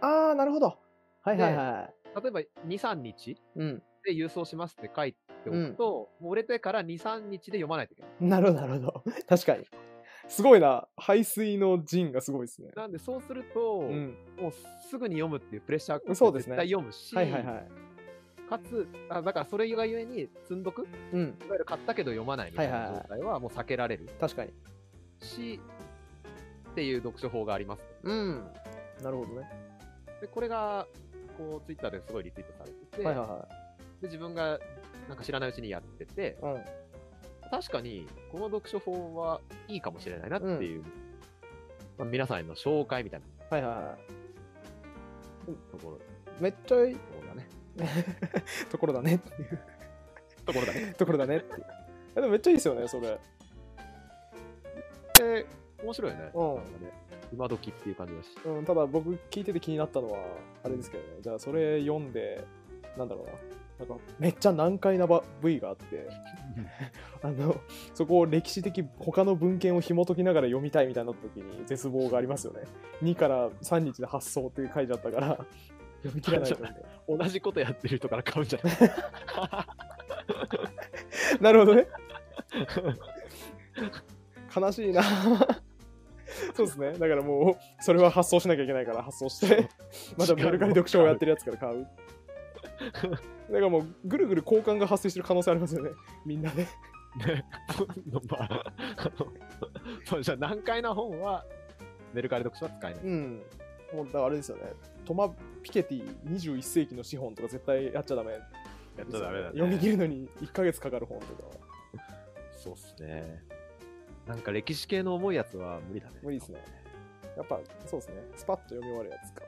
Speaker 1: ああ、なるほど。はいはいは
Speaker 2: 例えば、2、3日
Speaker 1: い。うん。
Speaker 2: で郵送しますって書いておくと、もう売れてから2、3日で読まないといけない。
Speaker 1: (laughs) なるほど、なるほど。確かに。すごいな。排水の陣がすごいですね。
Speaker 2: なんで、そうすると、
Speaker 1: うん。
Speaker 2: もうすぐに読むっていうプレッシャー
Speaker 1: そうですね
Speaker 2: 絶対読むし、
Speaker 1: はいはいはい。
Speaker 2: かつあ、だからそれがゆえに積んどく、い
Speaker 1: うん。
Speaker 2: わゆる買ったけど読まないみたいな状態はもう避けられる
Speaker 1: 確かに。
Speaker 2: し、っていう読書法があります。
Speaker 1: うん。なるほどね。
Speaker 2: で、これが、こう、ツイッターですごいリツイートされてて、
Speaker 1: はいはいは
Speaker 2: で、自分がなんか知らないうちにやってて、
Speaker 1: い。うん。
Speaker 2: 確かに、この読書法はいいかもしれないなっていう、まあ、皆さんへの紹介みたいな
Speaker 1: はいはいは
Speaker 2: ところと
Speaker 1: い。めっちゃいい (laughs)
Speaker 2: ころだね。
Speaker 1: ところだねっていう。 (laughs)
Speaker 2: ところだね。
Speaker 1: ところだねっていう。 (laughs) えでもめっちゃいいですよね、それ。
Speaker 2: で、面白いよね。
Speaker 1: うん
Speaker 2: なんかね今時っていう感じだし。
Speaker 1: うん、ただ僕聞いてて気になったのは、あれですけどね、じゃあそれ読んで、なんだろうな、なんかめっちゃ難解なば部位があって、 (laughs) あの、そこを歴史的他の文献を紐解きながら読みたいみたいになった時に絶望がありますよね。2から3日で発想って書いちゃったから、読み切らないと思う。
Speaker 2: (laughs) 同じことやってる人から買うんじゃない
Speaker 1: (laughs) なるほどね。悲しい (laughs) な。そうですね。だからもう、それは発送しなきゃいけないから発送して、 (laughs) またメルカリ読書をやってるやつから買う。 (laughs) だからもう、ぐるぐる交換が発生してる可能性ありますよね。みんなで。
Speaker 2: ね。まあ、あの (laughs) まあじゃあ難解な本は、メルカリ読書は使えない。
Speaker 1: うん。もう、だからあれですよね。トマ・ピケティ21世紀の資本とか絶対やっちゃダメ、
Speaker 2: やっ
Speaker 1: 読み切るのに1ヶ月かかる本とかは
Speaker 2: そうっすね。なんか歴史系の重いやつは無理だね。
Speaker 1: 無理ですね。やっぱ、そうですね。スパッと読み終わるやつか。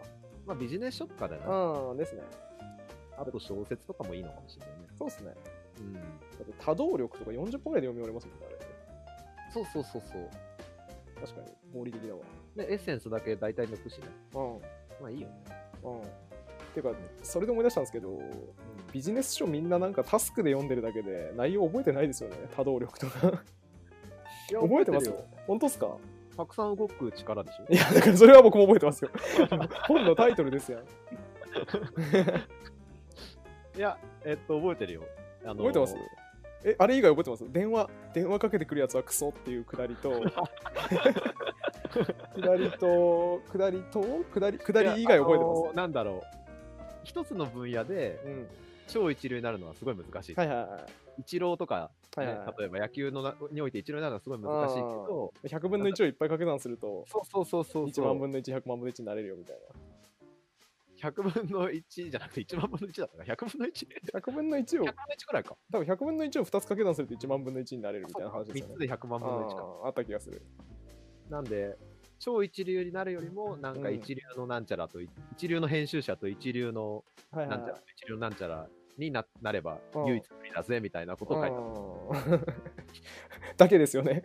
Speaker 2: まあビジネス書とかだな。
Speaker 1: うん、ですね。
Speaker 2: あと小説とかもいいのかもしれないね。
Speaker 1: そうですね。
Speaker 2: うん。
Speaker 1: だって多動力とか40本ぐらいで読み終わりますもんね、あ
Speaker 2: そうそうそうそう。
Speaker 1: れ。確かに、合理的だわ。
Speaker 2: で、エッセンスだけ大体抜くしね。
Speaker 1: うん。
Speaker 2: まあいいよね。
Speaker 1: うん。ていうか、それで思い出したんですけど、ビジネス書みんななんかタスクで読んでるだけで内容覚えてないですよね、多動力とか。
Speaker 2: いや
Speaker 1: 覚えてます
Speaker 2: 覚
Speaker 1: よ。本当っすか
Speaker 2: るたくさん動く力でしょ
Speaker 1: いや、だからそれは僕も覚えてますよ。本のタイトルですやん。
Speaker 2: いや、えっと、覚えてるよ。あの
Speaker 1: 覚えてますえ、あれ以外覚えてます電話、電話かけてくるやつはクソっていうくだりと、
Speaker 2: (laughs)
Speaker 1: くだりと、くだりと、くだり、くだり以外覚えてます
Speaker 2: いやあのーなんだろう。一つの分野で
Speaker 1: うん。
Speaker 2: 超一流になるのはすごい難しい。
Speaker 1: はいはいはい。
Speaker 2: 一郎とか、
Speaker 1: はい
Speaker 2: ね
Speaker 1: はいはい
Speaker 2: 例えば野球のなにおいて一郎になるのはすごい難しいけど、
Speaker 1: 100分の1をいっぱい掛け算すると、
Speaker 2: そうそうそうそう
Speaker 1: 1万分の1、100万分の1になれるよみたい
Speaker 2: 100分の1じゃなくて1万分の1だったか、100分の 1?100
Speaker 1: な。100分の1を
Speaker 2: 分の、1くらいか。
Speaker 1: 多分100分の1を2つ掛け算すると1万分の1になれるみたいな話ですよ
Speaker 2: 3
Speaker 1: ね
Speaker 2: つ。で100万分の1か。
Speaker 1: あーあった気がする。
Speaker 2: なんで、超一流になるよりも、なんか
Speaker 1: うん
Speaker 2: 一流のなんちゃらと、一流の編集者と一流の
Speaker 1: はいは
Speaker 2: ないんちゃら
Speaker 1: は
Speaker 2: と一流のなんちゃらにななれば
Speaker 1: うん
Speaker 2: 唯一無理だぜみたいなことを書いてある
Speaker 1: い。うん (laughs) だけですよ
Speaker 2: (laughs)
Speaker 1: ね。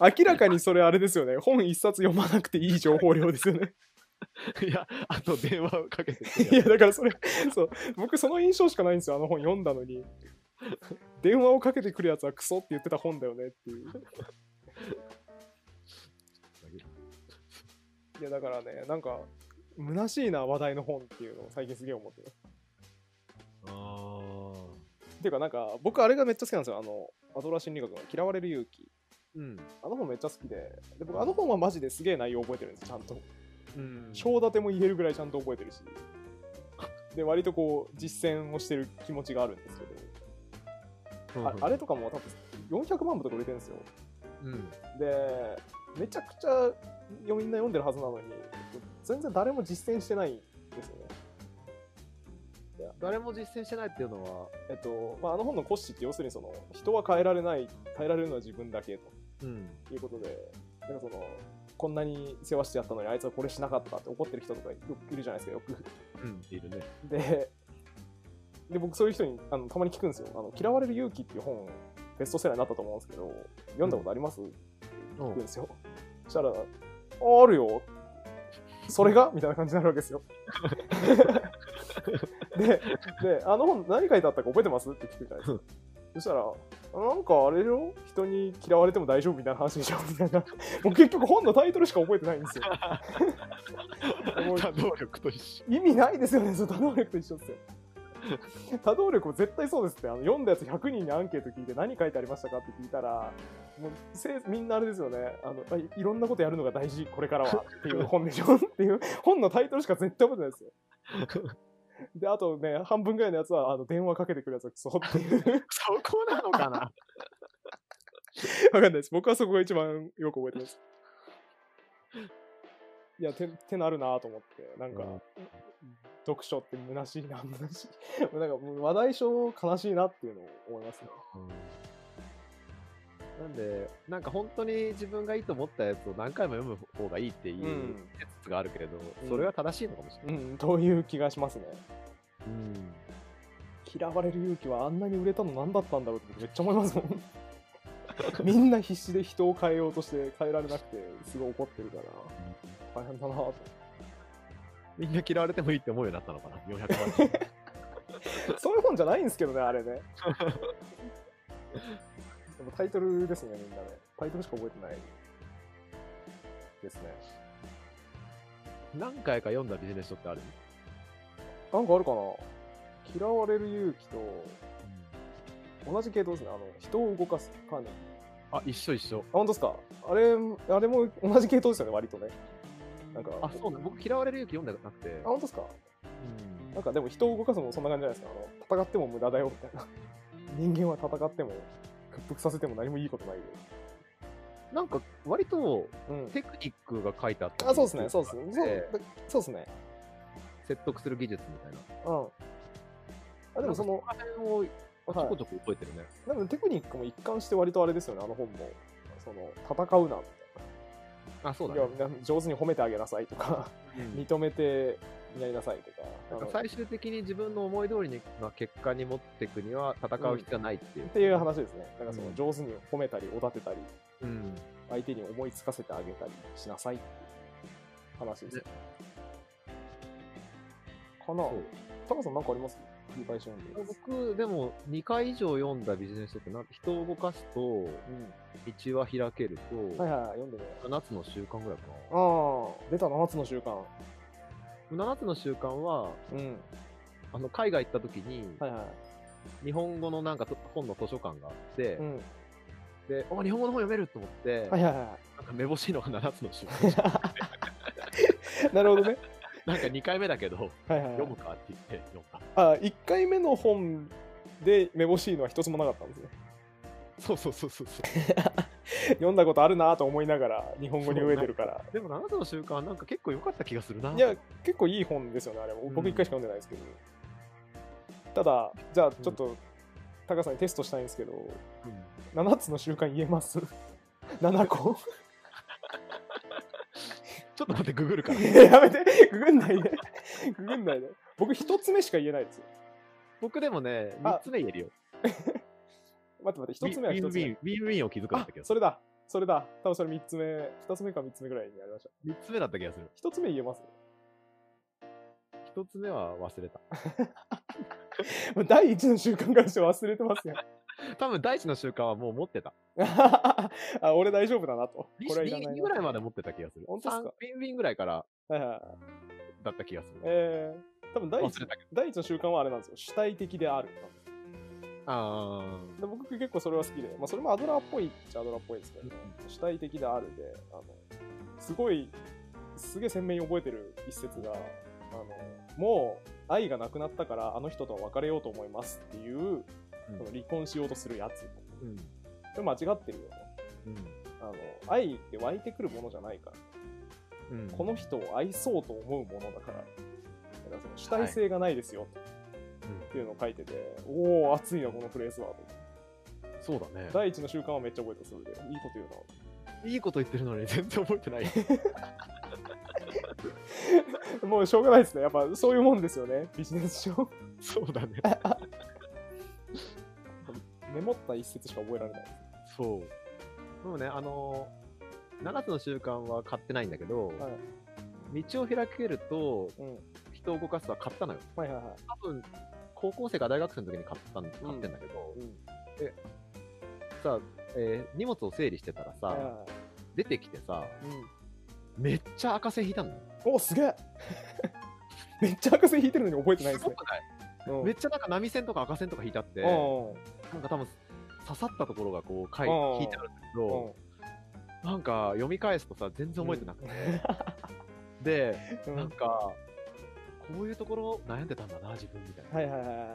Speaker 1: 明らかにそれあれですよね。本一冊読まなくていい情報量ですよね。
Speaker 2: (laughs) いや、あと電話をかけてく
Speaker 1: い
Speaker 2: る
Speaker 1: や、だからそれ、そう、僕その印象しかないんですよ。あの本読んだの
Speaker 2: (laughs)
Speaker 1: に。電話をかけてくるやつはクソって言ってた本だよねっていう。いやだからね、なんか、虚しいな話題の本っていうのを最近すげえ思ってます。
Speaker 2: あー
Speaker 1: っていうかなんか、僕あれがめっちゃ好きなんですよ。あの、アドラー心理学の嫌われる勇気。
Speaker 2: うん。
Speaker 1: あの本めっちゃ好きで、で僕あの本はマジですげえ内容覚えてるんですよ、ちゃんと。
Speaker 2: うん。
Speaker 1: 章立ても言えるぐらいちゃんと覚えてるし。で、割とこう、実践をしてる気持ちがあるんですけど、ああれとかも多分400万部とか売れてるんですよ。
Speaker 2: うん。
Speaker 1: で、めちゃくちゃみんな読んでるはずなのに、全然誰も実践してないんですよね。
Speaker 2: 誰も実践してないっていうのは、
Speaker 1: えっとまあ、あの本の骨子って要するにその人は変えられない変えられるのは自分だけと
Speaker 2: うん。
Speaker 1: いうことで、なんかその、こんなに世話してやったのにあいつはこれしなかったって怒ってる人とかよくいるじゃないですか、よく。
Speaker 2: うん。いるね。
Speaker 1: で、で僕そういう人にあのたまに聞くんですよ。あの嫌われる勇気っていう本、ベストセラーになったと思うんですけど、読んだことあります、
Speaker 2: う
Speaker 1: 聞くん
Speaker 2: ん。
Speaker 1: ですよ。そしたら、ああるよ。それがみたいな感じになるわけですよ。で、で、あの本何書いてあったか覚えてますって聞くじゃないですか。そしたら、なんかあれよ、人に嫌われても大丈夫みたいな話でしょみたいな。もう結局本のタイトルしか覚えてないんですよ。もう
Speaker 2: (laughs) 多動力と一緒。
Speaker 1: 意味ないですよね、その多動力と一緒ですよ。多動力も絶対そうですって、あの読んだやつ100人にアンケート聞いて何書いてありましたかって聞いたら、もうせみんなあれですよねあのあい、いろんなことやるのが大事、これからはっていう本でしょっていう本のタイトルしか絶対覚えてないですよ。で、あとね、半分ぐらいのやつはあの電話かけてくるやつはクソっていう。
Speaker 2: そこなのかな
Speaker 1: わかんないです。僕はそこが一番よく覚えてます。いや、て、てなるなと思って、なんか、
Speaker 2: うん
Speaker 1: 読書って虚しいな、虚しい。 (laughs) なんか、もう話題書悲しいなっていうのを思いますね。
Speaker 2: なんで、なんか本当に自分がいいと思ったやつを何回も読む方がいいっていう
Speaker 1: うん
Speaker 2: 説があるけれど、
Speaker 1: うん
Speaker 2: それは正しいのかもし
Speaker 1: う
Speaker 2: れない。
Speaker 1: ん、という気がしますね。
Speaker 2: うん
Speaker 1: 嫌われる勇気はあんなに売れたの何だったんだろうってめっちゃ思いますもん。 (laughs) みんな必死で人を変えようとして変えられなくて、すごい怒ってるから、大変だなと。
Speaker 2: みんな嫌われてもいいって思うようになったのかな、400万人。
Speaker 1: そういう本じゃないんですけどね、あれね。でもタイトルですね、みんなね。タイトルしか覚えてない。ですね。
Speaker 2: (laughs) 何回か読んだビジネス書ってある、
Speaker 1: なんかあるかな嫌われる勇気と、同じ系統ですね。あの、人を動かす管理。あ、
Speaker 2: あ、一緒一緒。
Speaker 1: 本当ですかあれ、あれも同じ系統ですよね、割とね。なんか、
Speaker 2: あ、そうなの僕嫌われる勇気読んだなくて
Speaker 1: あ、。本当ですかなんかでも人を動かすのもそんな感じじゃないですか。あの戦っても無駄だよ、みたいな。 (laughs) 人間は戦っても、屈服させても何もいいことないよ。
Speaker 2: なんか割と
Speaker 1: うん。
Speaker 2: テクニックが書いてあった。
Speaker 1: あ、そう
Speaker 2: (laughs)
Speaker 1: ですね、そうですね。そう
Speaker 2: え
Speaker 1: だそうですね。
Speaker 2: 説得する技術みたいな。
Speaker 1: うん。あでもその、
Speaker 2: なんかこの辺をあ
Speaker 1: はい
Speaker 2: ちょこちょこ覚えてるね。
Speaker 1: 多分テクニックも一貫して割とあれですよね、あの本も。その、戦うな。
Speaker 2: あ、そうだ
Speaker 1: いや
Speaker 2: ね。
Speaker 1: 上手に褒めてあげなさいとか、 (laughs)
Speaker 2: うん
Speaker 1: 認めてやりなさいとか。あ
Speaker 2: なんか
Speaker 1: の
Speaker 2: 最終的に自分の思い通りの結果に持っていくには戦う必要はないっていう。っ
Speaker 1: っていう。話ですね。なんかその
Speaker 2: うん
Speaker 1: 上手に褒めたり、おだてたり、
Speaker 2: うん。
Speaker 1: 相手に思いつかせてあげたりしなさいっていう話ですね。かな
Speaker 2: そう
Speaker 1: タカさんなんかあります繰り返し読んで。
Speaker 2: 僕、でも2回以上読んだビジネス書ってなんか人を動かすと、
Speaker 1: う
Speaker 2: 道は開ける
Speaker 1: ん。はい
Speaker 2: と、
Speaker 1: はいはい、読んでね。
Speaker 2: 7つの習慣ぐらいか
Speaker 1: ああ、出た7つの習慣。
Speaker 2: な。7つの習慣は、
Speaker 1: うん。
Speaker 2: あの、海外行った時に、
Speaker 1: はいはい。
Speaker 2: 日本語のなんかと本の図書館があって、
Speaker 1: うん。
Speaker 2: で、お日本語の本読めると思って、
Speaker 1: はいはいは
Speaker 2: なんかめぼしいのが7つの習慣。 (laughs)
Speaker 1: い。なるほどね。
Speaker 2: なんか2回目だけど、
Speaker 1: はいはいはい、
Speaker 2: 読むかって言って読んだ。
Speaker 1: あ1回目の本でめぼしいのは一つもなかったんですね
Speaker 2: そうそうそうそうそう。
Speaker 1: 読んだことあるなと思いながら日本語に飢えてるから
Speaker 2: でも7つの習慣はなんか結構良かった気がするな。
Speaker 1: いや結構いい本ですよねあれも僕
Speaker 2: うん
Speaker 1: 1回しか読んでないですけど、ただじゃあちょっと、タカさんにテストしたいんですけど
Speaker 2: うん
Speaker 1: 7つの習慣言えます7個
Speaker 2: ちょっと待って、ググるから。
Speaker 1: やめてググんないでググんないで僕1つ目しか言えないですよ
Speaker 2: (laughs) 僕でもね、
Speaker 1: あ
Speaker 2: 3つ目言えるよ。
Speaker 1: 待って待って1つ目は1つ
Speaker 2: ウィ
Speaker 1: 目
Speaker 2: ンウィンウィンウィンを築くんだ
Speaker 1: あ
Speaker 2: った気がす
Speaker 1: それだそれだ多分それ3つ目2つ目か3つ目ぐらいにやりまし
Speaker 2: る。3つ目だった気がする。
Speaker 1: た1つ目言えます
Speaker 2: 1つ目は忘れた。
Speaker 1: もう第一の習慣からして忘れてますよ。
Speaker 2: 多分、第一の習慣はもう持ってた。
Speaker 1: あ俺大丈夫だなと。これはいらない
Speaker 2: 2,
Speaker 1: な。
Speaker 2: ぐらいまで持ってた気がする。
Speaker 1: 本当っすか
Speaker 2: 3ウィンウィンぐらいから
Speaker 1: はいはいはい
Speaker 2: だった気がする。
Speaker 1: えー、多分第
Speaker 2: 忘
Speaker 1: 一
Speaker 2: れたけど。
Speaker 1: 第一の習慣はあれなんですよ。主体的である。
Speaker 2: あー
Speaker 1: で僕結構それは好きで、まあ、それもアドラーっぽいっちゃアドラーっぽいですけどね、主体的であるで、あのすごい、すげえ鮮明に覚えてる一節が、あのもう愛がなくなったからあの人とは別れようと思いますっていう、
Speaker 2: うん
Speaker 1: その離婚しようとするやつ。
Speaker 2: うん。
Speaker 1: これ間違ってるよね。
Speaker 2: う
Speaker 1: あの愛って湧いてくるものじゃないから。
Speaker 2: ん。うん
Speaker 1: この、人を愛そうと思うものだから、だからその主体性がないですよっていうのを書いてて、おお、熱いな、このフレーズはと。
Speaker 2: そうだね。
Speaker 1: 第一の習慣はめっちゃ覚えた、それで。いいこと言うない
Speaker 2: いこと言ってるのに全然覚えてない。
Speaker 1: もうしょうがないですね。やっぱそういうもんですよね。ビジネス上。
Speaker 2: (laughs) そうだね。
Speaker 1: (laughs) メモった一節しか覚えられない。
Speaker 2: そう。でもね、あのー、7つの習慣は買ってないんだけど、
Speaker 1: は
Speaker 2: 道を開けると
Speaker 1: うん。
Speaker 2: 人を動かすは買ったのよ。
Speaker 1: はいはいは
Speaker 2: 多分、高校生か大学生の時に買ったん買ってんだけど、
Speaker 1: い。うん。
Speaker 2: さ、えー荷物を整理してたらさ、
Speaker 1: はいはいは
Speaker 2: 出てきてさ、
Speaker 1: いうん
Speaker 2: めっちゃ赤線引いたんだよ。
Speaker 1: おすげえ (laughs) めっちゃ赤線引いてるのに覚えてないです
Speaker 2: すご
Speaker 1: ね。
Speaker 2: くない
Speaker 1: うん
Speaker 2: めっちゃなんか波線とか赤線とか引いてあって、
Speaker 1: うん
Speaker 2: なんか多分刺さったところがこう書い
Speaker 1: うん
Speaker 2: 引いてあるんだけ
Speaker 1: う
Speaker 2: ど、なんか読み返すとさ、全然覚えてなくて。で、
Speaker 1: んうん
Speaker 2: なんか、こういうところ悩んでたんだな、自分みたいな。
Speaker 1: はいはいはいはい。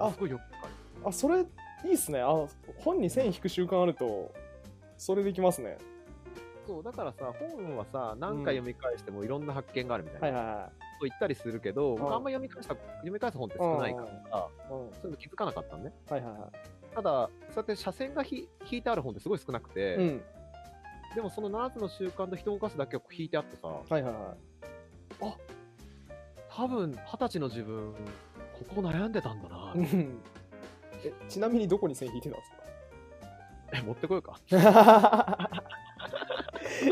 Speaker 2: あ、
Speaker 1: あ
Speaker 2: すごいよくわかる。
Speaker 1: あ、それいいっすね。あ、本に線引く習慣あると、それできますね。
Speaker 2: そう、だからさ、本はさ、何回読み返してもいろんな発見があるみたいな。
Speaker 1: はいはいは
Speaker 2: と言ったりするけ
Speaker 1: ん
Speaker 2: ど、僕あんま読み返した、読み返す本って少ないからさ、
Speaker 1: い。うん。はい
Speaker 2: そういうの気づかなかったのね。
Speaker 1: はいは
Speaker 2: ただ、そうやって斜線がひ引いてある本ってすごい少なくて、
Speaker 1: い。うん。
Speaker 2: でもその7つの習慣と人を動かすだけを引いてあってさ、
Speaker 1: はいはいはい。
Speaker 2: 多分、二十歳の自分、ここ悩んでたんだな。
Speaker 1: うんえちなみにどこに線引いてたん (laughs) ですか
Speaker 2: え、 (laughs) 持ってこようか。
Speaker 1: い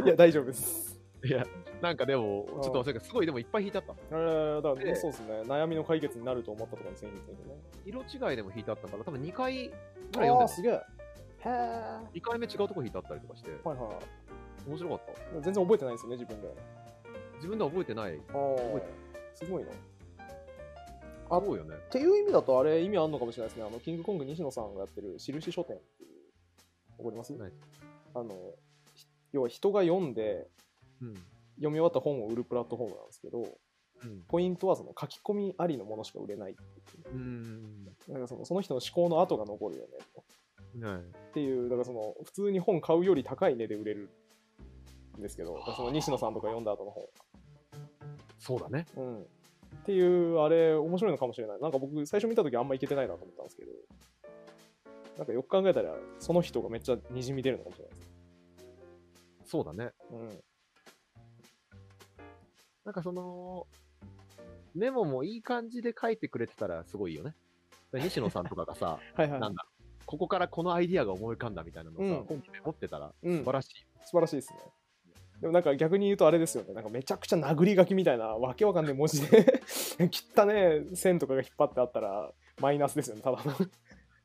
Speaker 1: や、大丈夫です。
Speaker 2: いや、なんかでも、
Speaker 1: うん
Speaker 2: ちょっと忘れたけど、すごいでもいっぱい引いてあった。
Speaker 1: えー、だから
Speaker 2: で
Speaker 1: そうですね、悩みの解決になると思ったところに線引いてるね。
Speaker 2: 色違いでも引いてあったから、多分2回ぐらい
Speaker 1: あ
Speaker 2: 読ん
Speaker 1: あ、
Speaker 2: です
Speaker 1: げえ。へえ。
Speaker 2: 2回目違うとこ引いてあったりとかして、
Speaker 1: はいはい。
Speaker 2: 面白かった。
Speaker 1: 全然覚えてないですよね、自分で。
Speaker 2: 自分では覚えてない。
Speaker 1: ああ、すごいな。っあ
Speaker 2: そうよね。
Speaker 1: ていう意味だと、あれ、意味あるのかもしれないですね。あの、キングコング西野さんがやってる、印書店っていう。わかります
Speaker 2: ない
Speaker 1: あの、ひ要は人が読んで、
Speaker 2: うん。
Speaker 1: 読み終わった本を売るプラットフォームなんですけど、
Speaker 2: うん。
Speaker 1: ポイントはその書き込みありのものしか売れないっていう
Speaker 2: うーん。
Speaker 1: なんかそのその人の思考の跡が残るよね。
Speaker 2: はい。
Speaker 1: っていう、だからその、普通に本買うより高い値で売れるんですけど、だからその西野さんとか読んだ後の本。
Speaker 2: そうだね。
Speaker 1: うん。っていう、あれ、面白いのかもしれない。なんか僕、最初見たときあんまいけてないなと思ったんですけど、なんかよく考えたら、その人がめっちゃにじみ出るのかもしれないです。
Speaker 2: そうだね。
Speaker 1: うん。
Speaker 2: なんかその、メモもいい感じで書いてくれてたらすご
Speaker 1: (laughs)
Speaker 2: いよね。西野さんとかがさ、
Speaker 1: はいはい。
Speaker 2: なんだ、ここからこのアイディアが思い浮かんだみたいなのをさ、
Speaker 1: うん
Speaker 2: 本にメモってたら
Speaker 1: うん、
Speaker 2: 素晴らしい。
Speaker 1: 素晴らしいですね。でもなんか逆に言うとあれですよね。なんかめちゃくちゃ殴り書きみたいな、わけわかんない文字で、汚ねえ線とかが引っ張ってあったら、マイナスですよね、ただの。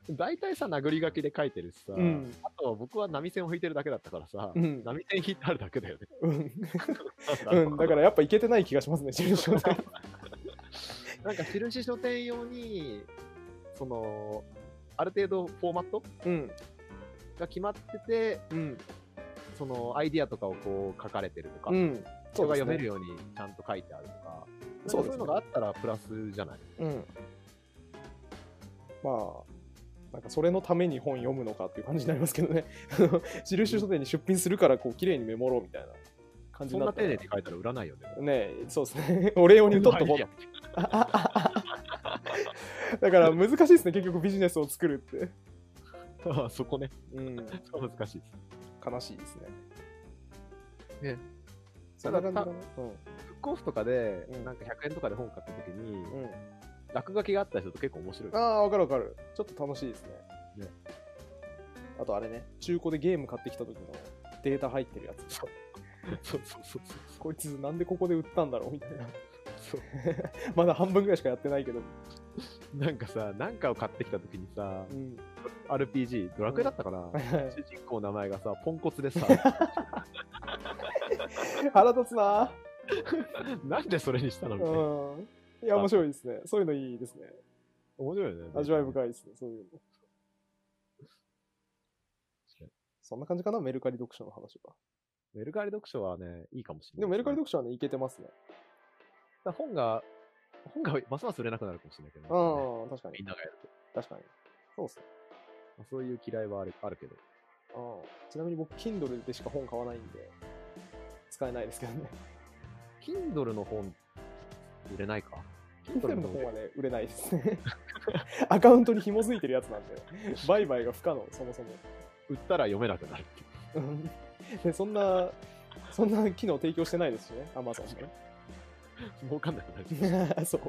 Speaker 2: 大体さ、殴り書きで書いてるしさ、
Speaker 1: うん
Speaker 2: あとは僕は波線を引いてるだけだったからさ、
Speaker 1: うん
Speaker 2: 波線引いてあるだけだよね。
Speaker 1: うん。うん。だからやっぱいけてない気がしますね、印象で。
Speaker 2: なんか印書店用に、その、ある程度フォーマット
Speaker 1: うん。
Speaker 2: が決まってて、
Speaker 1: うん。
Speaker 2: そのアイディアとかをこう書かれてるとか、
Speaker 1: うん。
Speaker 2: 人が
Speaker 1: です
Speaker 2: 読め
Speaker 1: ね
Speaker 2: るようにちゃんと書いてあるとか、
Speaker 1: そう
Speaker 2: なんかそ
Speaker 1: で
Speaker 2: う
Speaker 1: すね
Speaker 2: いうのがあったらプラスじゃない
Speaker 1: うん。まあ、なんかそれのために本読むのかっていう感じになりますけどね。 (laughs) あの印書店に出品するから、こう、綺麗にメモろうみたいな感じに
Speaker 2: そん
Speaker 1: な
Speaker 2: な
Speaker 1: ったら
Speaker 2: 丁寧に書いたら売らないよね。
Speaker 1: ねえそうですね。 (laughs) お礼用に取っとこ
Speaker 2: (laughs) まあいいや
Speaker 1: う。だから難しいですね、結局ビジネスを作るって。
Speaker 2: あそこね、
Speaker 1: うん、
Speaker 2: そこ難しいです。
Speaker 1: 悲しいですね。
Speaker 2: ね
Speaker 1: そんな感じ
Speaker 2: た
Speaker 1: だ
Speaker 2: だ
Speaker 1: ね。
Speaker 2: ブックオフとかで、
Speaker 1: うん
Speaker 2: なんか100円とかで本買った時に、
Speaker 1: うん。うん、
Speaker 2: 落書きがあった人と結構面白い
Speaker 1: あ。あ、わかるわかる。ちょっと楽しいですね。
Speaker 2: ね
Speaker 1: あとあれね、中古でゲーム買ってきた時のデータ入ってるやつ。
Speaker 2: そうそうそうそう
Speaker 1: こいつなんでここで売ったんだろうみたいな。 (laughs) まだ半分ぐらいしかやってないけど。
Speaker 2: なんかさ、なんかを買ってきたときにさ
Speaker 1: う、
Speaker 2: (laughs)
Speaker 1: ん。
Speaker 2: RPG、ドラクエだったかな、主人公の名前がさ、ポンコツでさ、
Speaker 1: 腹立つな
Speaker 2: (laughs) なんでそれにしたのみたいな。
Speaker 1: うん。いや、面白いですね。そういうのいいですね。
Speaker 2: 面白いよね。
Speaker 1: 味わい深いですね。そういうの。そんな感じかな、メルカリ読書の話は。
Speaker 2: メルカリ読書はね、いいかもしれない。
Speaker 1: でもメルカリ
Speaker 2: 読
Speaker 1: 読書はね、いけてますね。
Speaker 2: 書本が、本がますます売れなくなるかもしれないけど、ね。
Speaker 1: うん、確かに
Speaker 2: みん。ながやると。
Speaker 1: 確かに。そうっすね。
Speaker 2: まあそういう嫌いはあるあるけど。
Speaker 1: うんちなみに僕、Kindle でしか本買わないんで、使えないですけどね。
Speaker 2: Kindle の本、売れないか
Speaker 3: 金銭の方はね、売れないです
Speaker 1: (laughs)
Speaker 3: ね。アカウントに紐づいてるやつなんで、売買が不可能、そもそも。
Speaker 2: 売ったら読めなくなるっていう
Speaker 3: うん
Speaker 1: でそんな、そんな機能提供してないですしね、アマゾン
Speaker 2: (laughs) 儲かんなく
Speaker 1: (laughs)
Speaker 2: なる。
Speaker 1: ね。そう。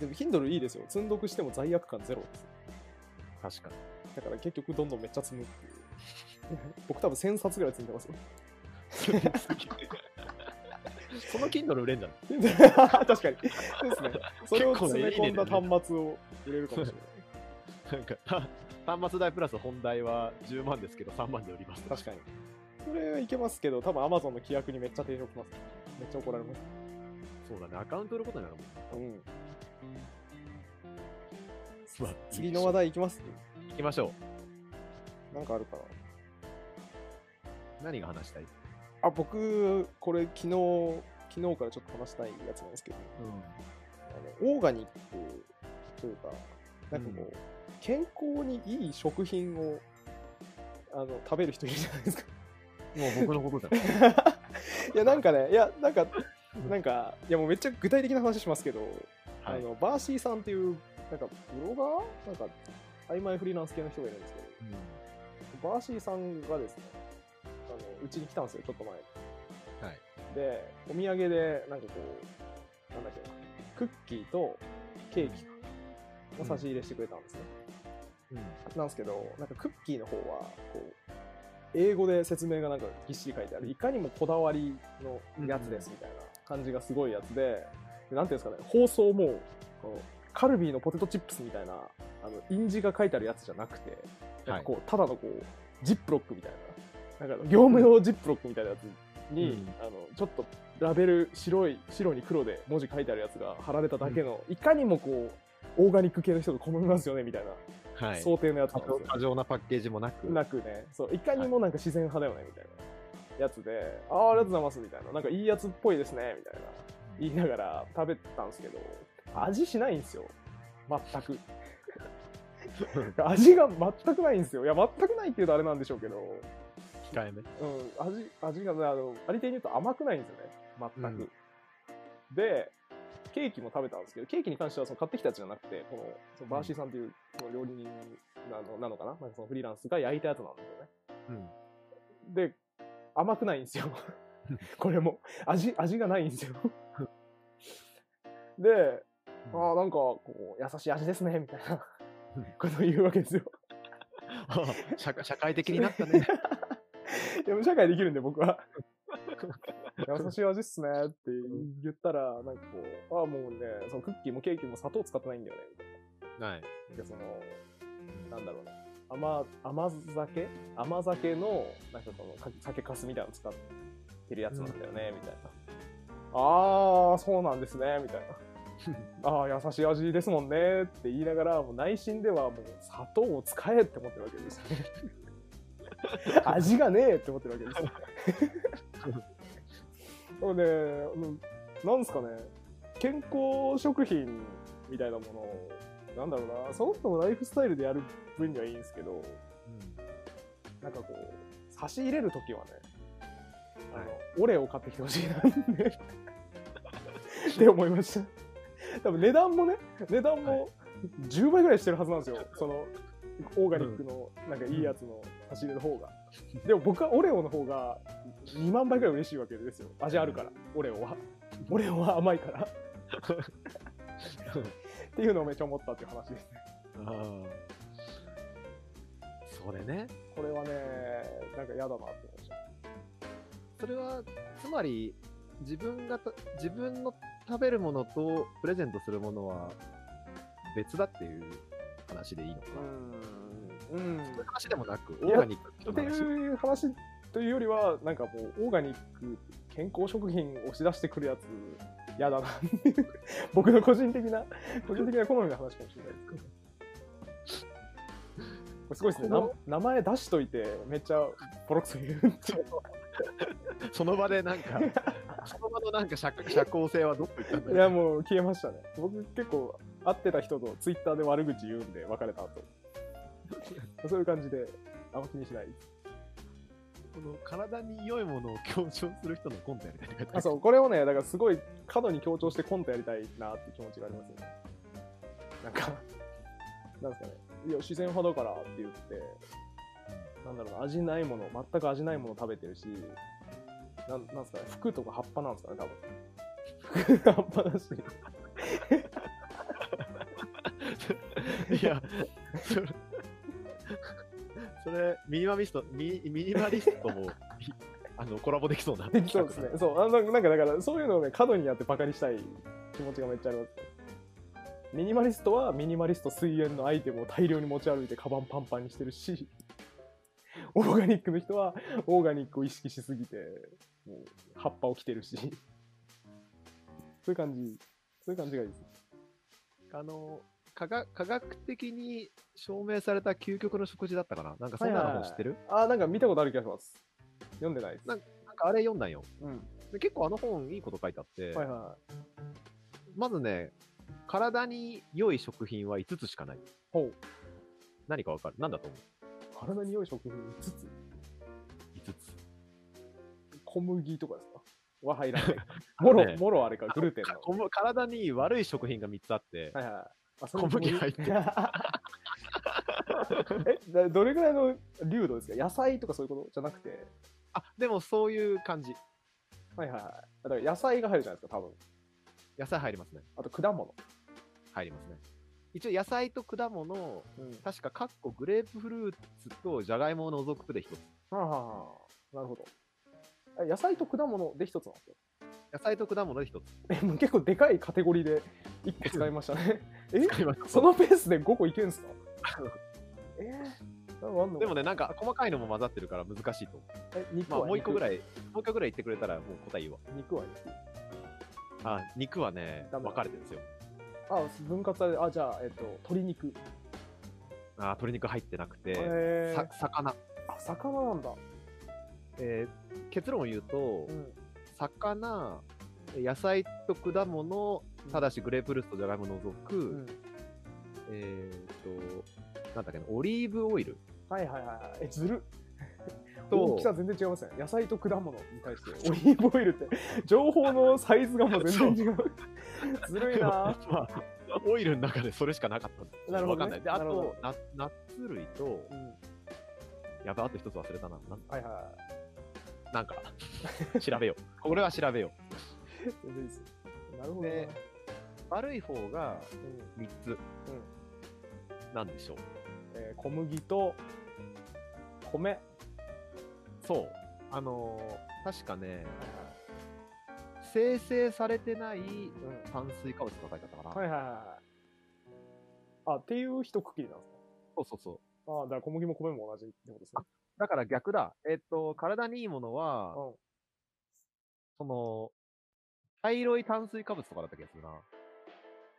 Speaker 1: でも、Kindle いいですよ。積んどくしても罪悪感ゼロです。
Speaker 2: 確かに。
Speaker 1: だから結局、どんどんめっちゃ積むっていう。僕多分1000冊ぐらい積んでますよ。 (laughs)
Speaker 2: その Kindle 売れんじゃん。
Speaker 1: 確かに。そうですね。それを
Speaker 2: 結構
Speaker 1: 詰
Speaker 2: ね
Speaker 1: め込んだ
Speaker 2: いいね
Speaker 1: 端末を売れるかもしれない。
Speaker 2: なんか、た端末代プラス本代は10万ですけど、3万で売ります。
Speaker 1: 確かに。それはいけますけど、多分 Amazon の規約にめっちゃ抵触します。めっちゃ怒られます。
Speaker 2: そうだね、アカウント売ることになるもんね。
Speaker 1: うん。
Speaker 2: まあ
Speaker 1: 次の話題いきます
Speaker 2: 行きましょ
Speaker 1: なんかあるかな
Speaker 2: う。何が話したい
Speaker 1: あ、僕、これ昨日、昨日からちょっと話したいやつなんですけど、あのオーガニックというか、なんかこう、健康にいい食品をあの食べる人いるじゃない (laughs) ですか。
Speaker 2: もう僕のこ
Speaker 1: (laughs)
Speaker 2: とじゃん。
Speaker 1: いや、なんかね、いや、なんか、なんか、いや、もうめっちゃ具体的な話しますけど、
Speaker 2: は
Speaker 1: あ
Speaker 2: い。
Speaker 1: のバーシーさんっていう、なんか、ブロガーなんか、曖昧フリーランス系の人がいるんですけど、
Speaker 2: うん
Speaker 1: バーシーさんがですね、あのうちに来たんですよ、ちょっと前に。
Speaker 2: はい。
Speaker 1: で、お土産で、なんかこう、なんだっけな、クッキーとケーキかを差し入れしてくれたんですね。なんですけど、なんかクッキーの方は、こう、英語で説明がなんかぎっしり書いてある、いかにもこだわりのやつですみたいな感じがすごいやつで、でなんていうんですかね、包装も、このカルビーのポテトチップスみたいな、あの、印字が書いてあるやつじゃなくて、なんか
Speaker 2: はい。
Speaker 1: こう、ただのこう、ジップロックみたいな、なんか業務用ジップロックみたいなやつに、
Speaker 2: うん
Speaker 1: あの、ちょっとラベル、白い、白に黒で文字書いてあるやつが貼られただけの、いかにもこう、オーガニック系の人と好みますよね、みたいな、
Speaker 2: はい。
Speaker 1: 想定のやつな
Speaker 2: 過
Speaker 1: んですよ
Speaker 2: 剰。過剰なパッケージもなく。
Speaker 1: なくね、そう、いかにもなんか自然派だよね、みたいなやつで、ああ、ありがとうございます、みたいな、なんかいいやつっぽいですね、みたいな、言いながら食べてたんですけど、味しないんですよ、全く。味が全くないんですよ。いや、全くないっていうとあれなんでしょうけど、
Speaker 2: 控え
Speaker 1: う
Speaker 2: め。
Speaker 1: ん、味、味がね、あの、ありていに言うと甘くないんですよね、全く。で、ケーキも食べたんですけど、ケーキに関してはその買ってきたやつじゃなくて、このそのバーシーさんっていうその料理人なのなのかな、なんかそのフリーランスが焼いたやつなんですよね。
Speaker 2: うん。
Speaker 1: で、甘くないんですよ。これも。味、味がないんですよ。で、ああ、なんか、こう、優しい味ですね、みたいな
Speaker 2: うん
Speaker 1: ことを言うわけですよ。
Speaker 2: あ (laughs) 社会社会的になったね。
Speaker 1: でも、社会できるんで、僕は。優しい味っすねって言ったら、なんかこう、ああ、もうね、そのクッキーもケーキも砂糖使ってないんだよね、みたい
Speaker 2: (laughs) はい。
Speaker 1: な。で、その、なんだろうね。甘、甘酒甘酒の、なんかその、か酒粕みたいなの使ってるやつなんだよね、みたいな。あー、そうなんですね、みたい (laughs) な。あー、優しい味ですもんね、って言いながら、もう内心ではもう、砂糖を使えって思ってるわけ (laughs) ですよね。味がねえって思ってるわけですよ。そうね、あのなんですかね、健康食品みたいなものを、なんだろうな、その人のライフスタイルでやる分にはいいんですけど、なんかこう、差し入れるときはね、あの、
Speaker 2: はい
Speaker 1: オレを買ってきてほしいなって、って思いました。多分値段もね、値段も10倍ぐらいしてるはずなんですよ。その、オーガニックの、なんかいいやつの差し入れの方が。でも僕はオレオの方が2万倍ぐらい嬉しいわけですよ。味あるから、オレオは。オレオは甘いから。っていうのをめっちゃ思ったっていう話ですね。
Speaker 2: うん。ああ。それね。
Speaker 1: これはね、なんか嫌だなって思いました。
Speaker 2: それは、つまり、自分がた、自分の食べるものとプレゼントするものは別だっていう話でいいのかな。
Speaker 1: うーん。うん。
Speaker 2: そういう話でもなく、オ
Speaker 1: いや
Speaker 2: ーガニック
Speaker 1: っ
Speaker 2: の
Speaker 1: て
Speaker 2: 話。
Speaker 1: いう話というよりは、なんかもう、オーガニック、健康食品押し出してくるやつ、嫌だな (laughs) っていう、僕の個人的な、個人的な好みの話かもしれないですけど。これすごいですね。
Speaker 2: こ
Speaker 1: な
Speaker 2: の
Speaker 1: 名前出しといて、めっちゃボロクソ言うって (laughs) いう。
Speaker 2: その場でなん (laughs) か、その場のなんか社社交性はどこ行ったんだ
Speaker 1: い
Speaker 2: ろう
Speaker 1: や、もう消えましたね。僕結構会ってた人とツイッターで悪口言うんで、別れた後。そういう感じで、あんま気にしない。
Speaker 2: この体に良いものを強調する人のコントやみたいな書いてあ
Speaker 1: あ
Speaker 2: る
Speaker 1: そうこれをねだからすごい過度に強調してコントやりたいなって気持ちがありますよねなんか (laughs) なんですかねいや自然派だからって言ってなんだろうな味ないもの全く味ないもの食べてるしなんなんですかね服とか葉っぱなんですかね多分 (laughs) 服葉っぱだし
Speaker 2: いや、それ、 (laughs) それミニマリスト、ミミニマリストも、 (laughs) いあの、コラボできそうな。
Speaker 1: できそうですね。そう、あのなんかだから、そういうのをね、過度にやってバカにしたい気持ちがめっちゃあります。ミニマリストはミニマリスト水煙のアイテムを大量に持ち歩いてカバンパンパンにしてるし、 (laughs) オーガニックの人はオーガニックを意識しすぎて、もう葉っぱを着てるし、そういう感じ、そういう感じがいいです。
Speaker 2: あの、科学科学的に証明された究極の食事だったかななんかそんな
Speaker 1: はいはい
Speaker 2: の
Speaker 1: はい
Speaker 2: 知ってる、
Speaker 1: あー、なんか見たことある気がします。読んでないです。
Speaker 2: なんかあれ読んだんよ。
Speaker 1: うん。
Speaker 2: で結構あの本いいこと書いてあって、
Speaker 1: はいはい。
Speaker 2: まずね、体に良い食品は5つしかない。
Speaker 1: ほう。
Speaker 2: 何かわかるなんだと思う
Speaker 1: 体に良い食品5つ。
Speaker 2: ?5 つ。
Speaker 1: 小麦とかですかは入らない。もろ、
Speaker 2: (laughs) あのね
Speaker 1: もろあれか、グルテン
Speaker 2: か
Speaker 1: の。
Speaker 2: こむ体に悪い食品が3つあって、
Speaker 1: はいはい。あ
Speaker 2: 小麦入ってる。
Speaker 1: (laughs) えだどれぐらいの流度ですか野菜とかそういうことじゃなくて。
Speaker 2: あ、でもそういう感じ。
Speaker 1: はいはいはい。だから野菜が入るじゃないですか、多分。
Speaker 2: 野菜入りますね。
Speaker 1: あと果物。
Speaker 2: 入りますね。一応野菜と果物、
Speaker 1: うん。は
Speaker 2: 確かカッコグレープフルーツとじゃがいもを除くで一つ。
Speaker 1: あ、はあはあ、なるほど。え野菜と果物で一つなんですよ。 (laughs)
Speaker 2: 野菜と果物で一つ。
Speaker 1: え、もう結構でかいカテゴリーで一個使いました
Speaker 2: (laughs)
Speaker 1: ね。え
Speaker 2: 使いました
Speaker 1: そのペースで5個いけん
Speaker 2: (laughs)
Speaker 1: すかえー、多分あんの
Speaker 2: でもね、なんか細かいのも混ざってるから難しいと思う。
Speaker 1: え肉
Speaker 2: まあ
Speaker 1: は
Speaker 2: もう一個ぐ
Speaker 1: い。
Speaker 2: らい、もう一個ぐらい言ってくれたらもう答え言うわ。
Speaker 1: 肉は肉。
Speaker 2: あ、肉はね、
Speaker 1: ダメだ
Speaker 2: 分かれてるんですよ。
Speaker 1: あ、分割されあ、じゃあ、えっと、鶏肉。
Speaker 2: あー、鶏肉入ってなくて、
Speaker 1: え
Speaker 2: さ魚。
Speaker 1: あ、魚なんだ。
Speaker 2: えー結論を言うと
Speaker 1: う、ん。
Speaker 2: 魚、野菜と果物、ただしグレープフルーツとじゃがいもを除く、
Speaker 1: うん。
Speaker 2: えーっと、なんだっけな、オリーブオイル
Speaker 1: はいはいはいはい。え、ずる。大
Speaker 2: と
Speaker 1: き、さ全然違いますね。野菜と果物に対して、オ (laughs) リーブオイルって、情報のサイズがもう全然違う。ずるいな
Speaker 2: (laughs) まあ、オイルの中でそれしかなかったんです
Speaker 1: なるほ
Speaker 2: わ
Speaker 1: どね
Speaker 2: かんない。で、あ
Speaker 1: なるほ
Speaker 2: と、ナナッツ類と、
Speaker 1: うん。
Speaker 2: やば、あと一つ忘れたな。なん
Speaker 1: はいはいは
Speaker 2: なんか、 (laughs) 調べよう。これは調べよ
Speaker 1: い。全然いいです。なるほどな。
Speaker 2: でう。悪い方が
Speaker 1: うん
Speaker 2: 3つ。なんでしょう。
Speaker 1: えー小麦と米。
Speaker 2: そう。あのー確かね、生成されてない
Speaker 1: うん
Speaker 2: 炭水化物の書いてあったかな。
Speaker 1: はいはいはいはい。あ、っていう一区切りなんですか。
Speaker 2: そうそうそう。
Speaker 1: あだから小麦も米も同じってことですね。
Speaker 2: だから逆だ。えっと、体にいいものは、
Speaker 1: うん
Speaker 2: その、茶色い炭水化物とかだった気がするな。え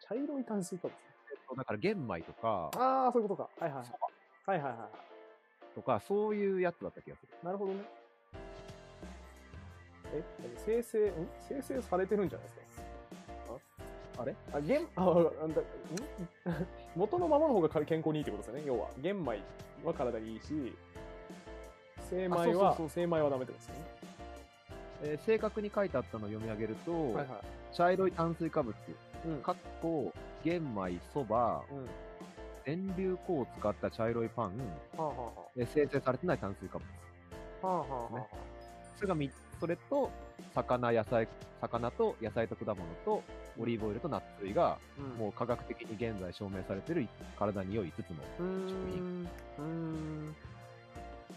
Speaker 1: 茶色い炭水化物。
Speaker 2: っと、だから玄米とか、
Speaker 1: ああ、そういうことか。はいはい
Speaker 2: そ
Speaker 1: はい。はいはいは
Speaker 2: とか、そういうやつだった気がする。
Speaker 1: い。なるほどね。え、でも生成、ん生成されてるんじゃないですか。
Speaker 2: あれ
Speaker 1: あ、玄、あ、なんだ、ん (laughs) 元のままの方が健康にいいってことですよね。要は、玄米は体にいいし、精米
Speaker 2: あ
Speaker 1: は
Speaker 2: そうそうそう、
Speaker 1: 精米はダメってことですよね。
Speaker 2: えー正確に書いてあったのを読み上げると、
Speaker 1: はいはい。
Speaker 2: 茶色い炭水化物、
Speaker 1: うん。
Speaker 2: かっこ、玄米、そば、
Speaker 1: うん。は
Speaker 2: 全粒粉を使った茶色いパン、
Speaker 1: あは
Speaker 2: えー生成されてない炭水化物。
Speaker 1: あはあ。はあはあはあ
Speaker 2: ねそれがみそれと、魚、野菜、魚と野菜と果物と、オリーブオイルとナッツ類が、
Speaker 1: うん
Speaker 2: もう科学的に現在証明されてる体に良い5つの
Speaker 1: うーん。うーん。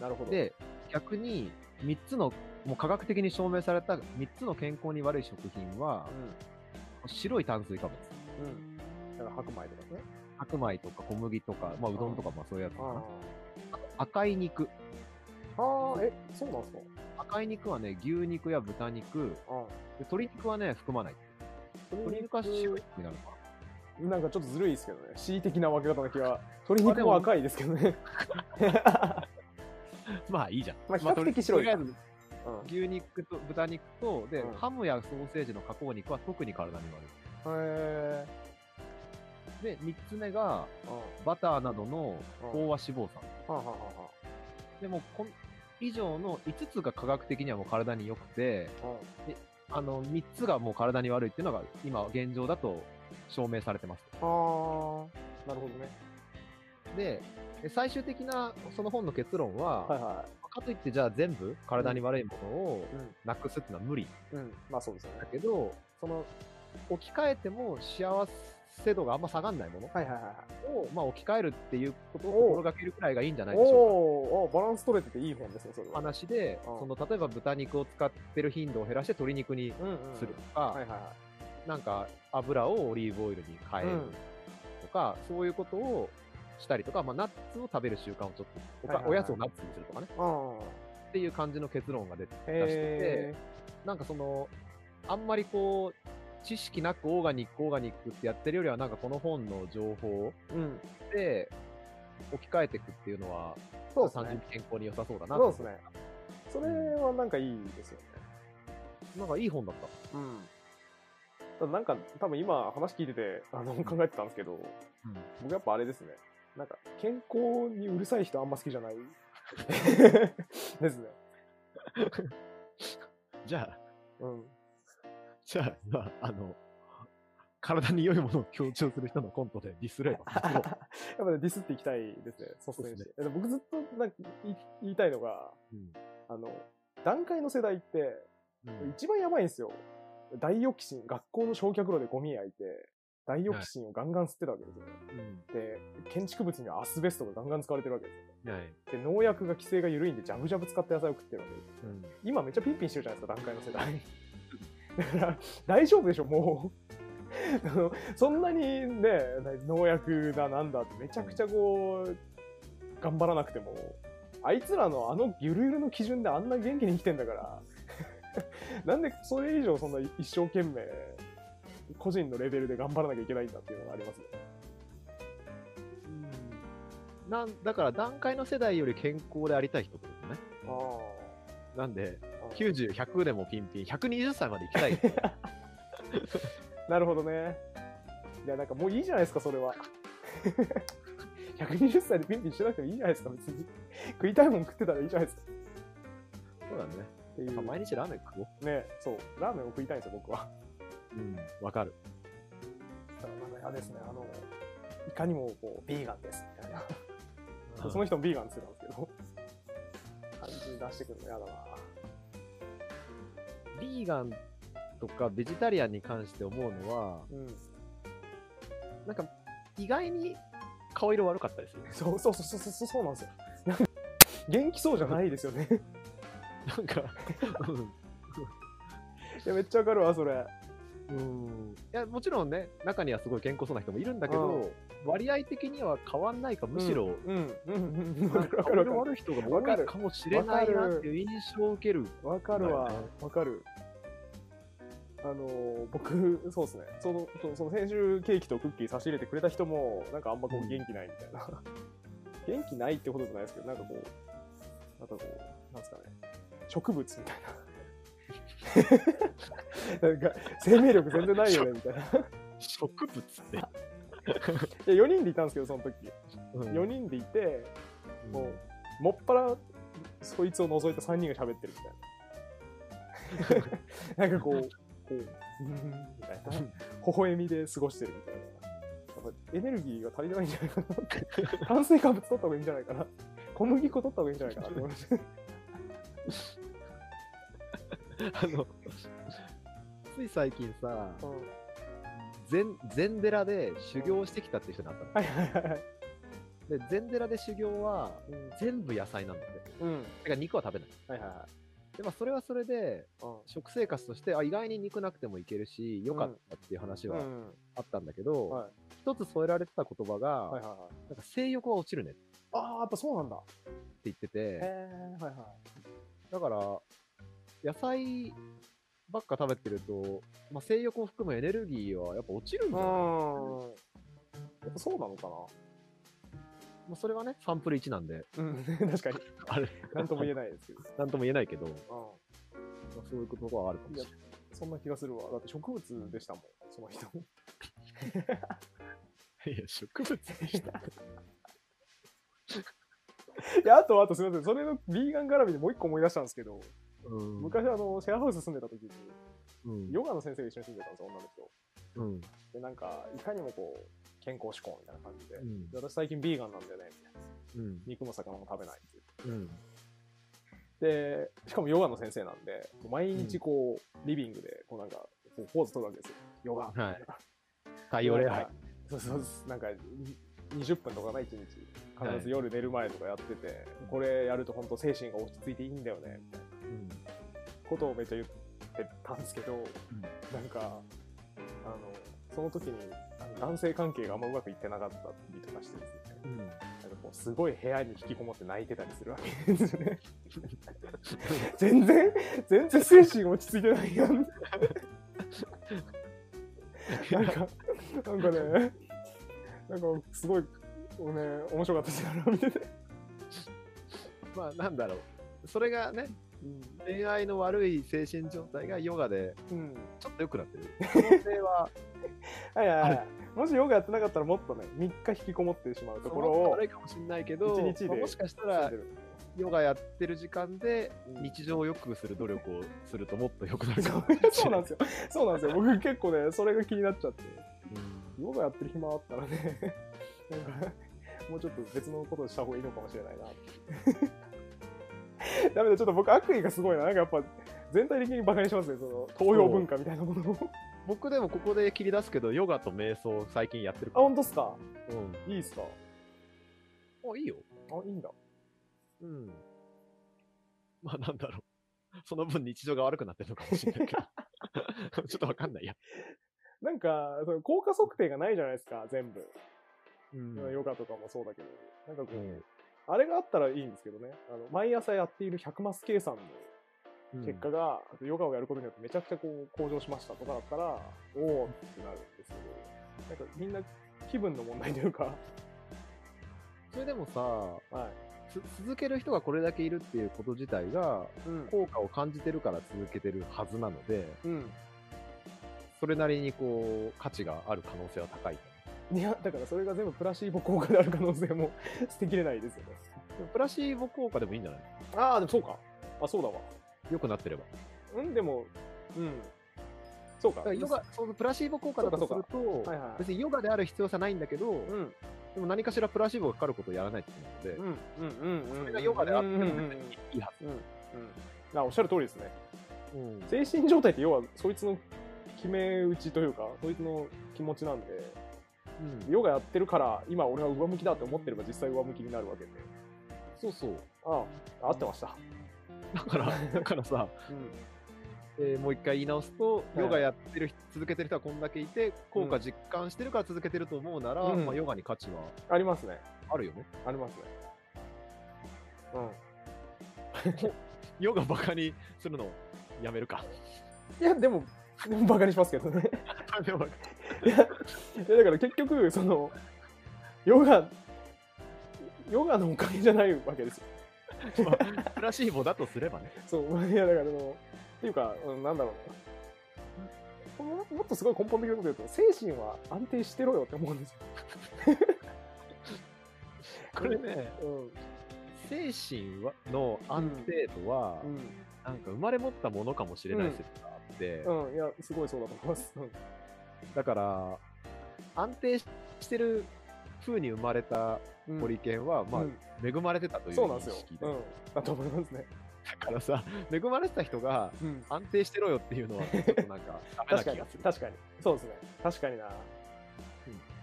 Speaker 1: なるほど。
Speaker 2: で、逆に3つの、もう科学的に証明された3つの健康に悪い食品は、白い炭水化物。
Speaker 1: うん。うん。だから白米とかですね。
Speaker 2: 白米とか小麦とか、まあうどんとかまあそういうやつかな。
Speaker 1: あ。
Speaker 2: 赤い肉。
Speaker 1: ああ、え、そうなんですか
Speaker 2: 赤い肉はね、牛肉や豚肉、
Speaker 1: あ
Speaker 2: で鶏肉はね、含まない。鶏肉は白い肉になるのか
Speaker 1: なんかちょっとずるいですけどね。恣意的な分け方な気が。鶏肉も赤いですけどね。
Speaker 2: な (laughs) まあいいじゃん。
Speaker 1: まあ比較的白い
Speaker 2: まあとりとり
Speaker 1: うん
Speaker 2: あえず牛肉と豚肉と、で、
Speaker 1: うん
Speaker 2: ハムやソーセージの加工肉は特に体に
Speaker 1: へ
Speaker 2: 悪い。で、3つ目が、
Speaker 1: ー。うん
Speaker 2: バターなどの
Speaker 1: うん
Speaker 2: 飽和脂肪酸。
Speaker 1: はあはあはあは
Speaker 2: でもこん、以上の5つが科学的にはもう体に良くて、
Speaker 1: うん
Speaker 2: あの、3つがもう体に悪いっていうのが、今、現状だと証明されてます。
Speaker 1: あーなるほどね
Speaker 2: で、え最終的なその本の結論は、
Speaker 1: はいは
Speaker 2: かといってじゃあ全部体に悪いものを
Speaker 1: うん
Speaker 2: なくすっていうのは無理
Speaker 1: いうんまあそうですよね
Speaker 2: だけど、その、置き換えても幸せ度があんま下がんないもの
Speaker 1: はいはいはい
Speaker 2: を、まあ、置き換えるっていうことを
Speaker 1: おう
Speaker 2: 心がけるくらいがいいんじゃな
Speaker 1: はいい
Speaker 2: でしょうか。
Speaker 1: おーあバランス取れてていい本ですねそれは
Speaker 2: 話で、
Speaker 1: うん
Speaker 2: その例えば豚肉を使ってる頻度を減らして鶏肉に
Speaker 1: うんうん
Speaker 2: するとか、
Speaker 1: はいはいは
Speaker 2: なんか油をオリーブオイルに変える
Speaker 1: うん
Speaker 2: とか、そういうことをしたりとか、まあ、ナッツを食べる習慣をちょっとおか、
Speaker 1: はいはいはい
Speaker 2: おやつをナッツにするとかね
Speaker 1: いうんうん
Speaker 2: っていう感じの結論が出て
Speaker 1: へ
Speaker 2: なんかそのあんまりこう知識なくオーガニックオーガニックってやってるよりはなんかこの本の情報
Speaker 1: えうん
Speaker 2: で置き換えていくっていうのは
Speaker 1: そうです
Speaker 2: 単純
Speaker 1: ね
Speaker 2: に健康に良さそうだな
Speaker 1: そうですねそれはなんかいいですよね
Speaker 2: なんかいい本だった
Speaker 1: うんただなんか多分今話聞いててあの考えてたんですけど僕やっぱあれですねなんか健康にうるさい人あんま好きじゃ (laughs) ないですね
Speaker 2: じゃあ
Speaker 1: うん
Speaker 2: じゃあ、まあ、あの体に良いものを強調する人のコントでディスれば
Speaker 1: や (laughs) っぱね、ディスっていきたいですね、率先して。で僕ずっとなんか言い言いたいのが、
Speaker 2: うん
Speaker 1: あの、段階の世代って、
Speaker 2: うん
Speaker 1: 一番やばいんですよ。ダイオキシン、学校の焼却炉でゴミ焼いて、ダイオキシンをガンガン吸ってたわけですよね。で、建築物にはアスベストがガンガン使われてるわけです
Speaker 2: うんはい
Speaker 1: よ。で、農薬が規制が緩いんで、ジャブジャブ使った野菜を食ってるわけですよ。
Speaker 2: うん
Speaker 1: 今めっちゃピンピンしてるじゃないですか、段階の世代。だから、大丈夫でしょ、もう。あのそんなにね、農薬だなんだって、めちゃくちゃこう、頑張らなくても、あいつらのあのゆるゆるの基準であんな元気に生きてんだから、なんでそれ以上そんな一生懸命、個人のレベルで頑張らなきゃいけないんだっていうのがありますね。
Speaker 2: なんだから段階の世代より健康でありたい人ってことね
Speaker 1: あ
Speaker 2: なんで
Speaker 1: あ
Speaker 2: 90、100でもピンピン、120歳まで行き (laughs) たい。
Speaker 1: なるほどね。いや、なんかもういいじゃないですか、それ (laughs) は。120歳でピンピンしてなくてもいいじゃないですか、別に。食いたいもん食ってたらいいじゃないですか。
Speaker 2: そうだね。
Speaker 1: っていう。
Speaker 2: 毎日ラーメン食おう。
Speaker 1: ね、そう。ラーメンを食いたいんですよ、僕は。
Speaker 2: うん、わかる。
Speaker 1: だからなんか嫌ですね、あの、いかにもこう、ビーガンです、みたいな。 (laughs) その人もビーガンって言ってたんですけど。感じ出してくるの嫌だな。
Speaker 2: ビーガンとかベジタリアンに関して思うのは、
Speaker 1: うん。
Speaker 2: なんか意外に顔色悪かったりする。 (laughs)
Speaker 1: そうそうそうそうそう、そうなんですよ。なんか元気そうじゃないですよね。 (laughs)
Speaker 2: なんか、
Speaker 1: いや、めっちゃわかるわ、それ。
Speaker 2: うん。いや、もちろんね、中にはすごい健康そうな人もいるんだけど、割合的には変わんないか、むしろ、
Speaker 1: うん、うん、うん、うん。
Speaker 2: な
Speaker 1: わ
Speaker 2: ん
Speaker 1: かる
Speaker 2: か
Speaker 1: わか
Speaker 2: 顔
Speaker 1: る
Speaker 2: 色
Speaker 1: わかわ
Speaker 2: 悪い人が
Speaker 1: か
Speaker 2: 多い
Speaker 1: る
Speaker 2: かもしれないなっていう印象を受ける。
Speaker 1: る。わかるわ
Speaker 2: だよね。
Speaker 1: わかる。あのー僕、そうですね。その、そのその先週ケーキとクッキー差し入れてくれた人も、なんかあんまこ
Speaker 2: うん
Speaker 1: う元気ないみたいな。元気ないってことじゃないですけど、なんかこう、なんかこう、なんですかね。植物み
Speaker 2: (laughs)
Speaker 1: たいな。なんか、生命力全然ないよね、みたいな。い
Speaker 2: 植物って。
Speaker 1: や、4人でいたんですけど、その時。
Speaker 2: うん
Speaker 1: 4人でいて、
Speaker 2: うん
Speaker 1: もう、もっぱら、そいつを除いた3人が喋ってるみ (laughs) たいな。なんかこう、こう、うーんみたいな。微笑みで過ごしてるみたいな。やっぱエネルギーが足りてないんじゃないかなって。炭水化物取った方がいいんじゃないかな。小麦粉取った方がいいんじゃないかなって思いました。
Speaker 2: あの、つい最近さ、
Speaker 1: うん
Speaker 2: 禅禅寺で修行してきたって人に会ったの
Speaker 1: (laughs) はいはいはいはい。
Speaker 2: で、禅寺で修行は
Speaker 1: うん
Speaker 2: 全部野菜なんだって。
Speaker 1: うん。
Speaker 2: てか肉は食べない。
Speaker 1: はいはいは
Speaker 2: で、まあそれはそれで、
Speaker 1: い。うん
Speaker 2: 食生活として、あ、意外に肉なくてもいけるし、良かったっていう話は
Speaker 1: うん
Speaker 2: あったんだけど、
Speaker 1: はい
Speaker 2: 一つ添えられてた言葉が、
Speaker 1: はいはいはい。
Speaker 2: なんか性欲は落ちるねって
Speaker 1: ああ、やっぱそうなんだ。
Speaker 2: 言って
Speaker 1: へ
Speaker 2: て、
Speaker 1: え、はいは
Speaker 2: だから、野菜ばっか食べてると、まあ、性欲を含むエネルギーはやっぱ落ちるん
Speaker 1: い。
Speaker 2: だよ、
Speaker 1: ん。やっぱそうなのか
Speaker 2: まあそれはね、サンプル1なんで、
Speaker 1: な。うん、 (laughs) 確かに。(laughs)
Speaker 2: あれ、
Speaker 1: なんとも
Speaker 2: (laughs)
Speaker 1: 言えないですけど。
Speaker 2: なんとも言えないけど、
Speaker 1: うん
Speaker 2: まあそういうことはあるかもしれない。
Speaker 1: そんな気がするわ。だって植物でしたもん、 (laughs) その人。
Speaker 2: いや、植物でした。
Speaker 1: いや、あと、あとすみません。それのビーガン絡みでもう一個思い出したんですけど、
Speaker 2: (laughs) うん
Speaker 1: 昔、あの、シェアハウス住んでた時に、
Speaker 2: うん
Speaker 1: ヨガの先生が一緒に住んでたんですよ、女の人。
Speaker 2: うん
Speaker 1: で、なんか、いかにもこう、健康志向みたいな感じで。
Speaker 2: うん
Speaker 1: で私最近ビーガンなんだよね、みたいな。
Speaker 2: うん
Speaker 1: 肉も魚も食べないっていう。
Speaker 2: うん
Speaker 1: で、しかもヨガの先生なんで、毎日こう、リビングで、こうなんか、こうポーズ取るわけですよ。ヨガ。
Speaker 2: はい太陽礼拝
Speaker 1: そうそうそうなんかに20分とかな一日必ず夜寝る前とかやってて、これやると本当精神が落ち着いていいんだよねみたい
Speaker 2: うん
Speaker 1: なことをめっちゃ言ってたんですけど、なんかあのその時にあの男性関係があんまうまくいってなかったりとかしてですね (laughs)
Speaker 2: うん
Speaker 1: なんかこうすごい部屋に引きこもって泣いてたりするわけですよね全然全然精神落ち着いてないやんなんか、なんかね、なんかすごい、ね、面白かったですよ、見てて。
Speaker 2: まあなんだろうそれがね
Speaker 1: うん。
Speaker 2: 恋愛の悪い精神状態がヨガで
Speaker 1: うん。
Speaker 2: ちょっと良く
Speaker 1: (laughs)
Speaker 2: なってる可能性は
Speaker 1: はいはいはい。もしヨガやってなかったらもっとね、3日引きこもってしまうところを
Speaker 2: 悪いかもしれないけど
Speaker 1: 一日で
Speaker 2: まあもしかした
Speaker 1: 住ん
Speaker 2: ら
Speaker 1: でる。
Speaker 2: ヨガやってる時間で
Speaker 1: うん
Speaker 2: 日常を良くする努力をするともっと良くなるかもし
Speaker 1: そ
Speaker 2: れ
Speaker 1: う
Speaker 2: な
Speaker 1: ないんですよ。そうなんですよ。僕結構ね、それが気になっちゃって。
Speaker 2: うん
Speaker 1: ヨガやってる暇あったらね、なんか、もうちょっと別のことした方がいいのかもしれないなって。ダメだ、ちょっと僕悪意がすごいな。なんかやっぱ、全体的にバカにしますね、その、東洋文化みたいなものを。
Speaker 2: 僕でもここで切り出すけどヨガと瞑想最近やってる
Speaker 1: あ、
Speaker 2: から
Speaker 1: 本当っすか
Speaker 2: うん
Speaker 1: いいっすか
Speaker 2: もういいよ
Speaker 1: あ、いいんだ。
Speaker 2: うんまあなんだろうその分日常が悪くなってるのかもしれない
Speaker 1: (laughs)
Speaker 2: けどちょっとわかんないや、
Speaker 1: なんか、その効果測定がないじゃないですか、全部。
Speaker 2: うん
Speaker 1: ヨガとかもそうだけど。なんかこ
Speaker 2: う
Speaker 1: う、
Speaker 2: ん
Speaker 1: あれがあったらいいんですけどね。あの、毎朝やっている100マス計算
Speaker 2: うん
Speaker 1: の結果が、ヨガをやることによってめちゃくちゃこう、向上しましたとかだったら、おおってなるんですけど、なんかみんな気分の問題というか、 (laughs)
Speaker 2: それでもさ
Speaker 1: は
Speaker 2: つ続ける人がこれだけいるっていうこと自体が
Speaker 1: い。うん。
Speaker 2: 効果を感じてるから続けてるはずなので
Speaker 1: うん。
Speaker 2: それなりにこう価値がある可能性は高い
Speaker 1: いや、だからそれが全部プラシーボ効果である可能性も (laughs) 捨てきれないですよね。
Speaker 2: でもプラシーボ効果でもいいんじゃない
Speaker 1: ああ、でもそうか。あ、そうだわ。
Speaker 2: 良くなってれば
Speaker 1: うん、でも、うん。そう
Speaker 2: だ
Speaker 1: か。
Speaker 2: からヨガそのプラシーボ効果だ
Speaker 1: そ
Speaker 2: と
Speaker 1: うか
Speaker 2: す
Speaker 1: そう
Speaker 2: る
Speaker 1: か
Speaker 2: と、
Speaker 1: はいはい
Speaker 2: 別にヨガである必要さないんだけど、
Speaker 1: うん。
Speaker 2: でも何かしらプラシーボがかかることをやらないっていうの
Speaker 1: う
Speaker 2: で、
Speaker 1: んうんうんうん。そ
Speaker 2: れがヨガであっても
Speaker 1: うんうんうん
Speaker 2: 別にいいは
Speaker 1: うんうんあおっしゃる通りですね。
Speaker 2: ず、うん
Speaker 1: 精神状態って要はそいつの決め打ちというか、そいつの気持ちなんで、
Speaker 2: うん
Speaker 1: ヨガやってるから今俺は上向きだって思ってれば実際上向きになるわけで。
Speaker 2: そうそう
Speaker 1: ああ、合ってました。
Speaker 2: だからだからさ、
Speaker 1: うん。
Speaker 2: えーもう一回言い直すと
Speaker 1: い
Speaker 2: ヨガやってる人続けてる人はこんだけいて効果実感してるから続けてると思うなら、
Speaker 1: うん
Speaker 2: まあ、ヨガに価値は
Speaker 1: ありますね。
Speaker 2: あるよね
Speaker 1: ありますね。うん。
Speaker 2: ヨガバカにするのやめるか (laughs)
Speaker 1: いや、でも、でもバカにしますけど (laughs) ね。
Speaker 2: でも
Speaker 1: いや、いやだから結局、その、ヨガ、ヨガのおかげじゃないわけですよ
Speaker 2: まあプラシーボだとすればね
Speaker 1: そう、 (laughs) いや、だから、あの、っていうか、うん、なんだろうな。このもっとすごい根本的なこと言うと、精神は安定してろよって思うんです
Speaker 2: これね
Speaker 1: よ。
Speaker 2: 精神はの安定度は、
Speaker 1: うん。
Speaker 2: なんか生まれ持ったものかもしれない説があって、
Speaker 1: うん。うん。いや、すごいそうだと思います。うん。
Speaker 2: だから安定してる風に生まれた
Speaker 1: うん
Speaker 2: ポリケンは、まあ
Speaker 1: うん
Speaker 2: 恵まれてたという
Speaker 1: そうなん
Speaker 2: 認
Speaker 1: ですよ
Speaker 2: 識。で、
Speaker 1: うん。だと思いますね。
Speaker 2: だからさ (laughs) 恵まれてた人が
Speaker 1: うん。
Speaker 2: 安定してろよってい
Speaker 1: (laughs)
Speaker 2: うのはちょっとなんかダメな
Speaker 1: 確か
Speaker 2: 気
Speaker 1: に
Speaker 2: がす、る。
Speaker 1: 確かに。そうですね。確かにな。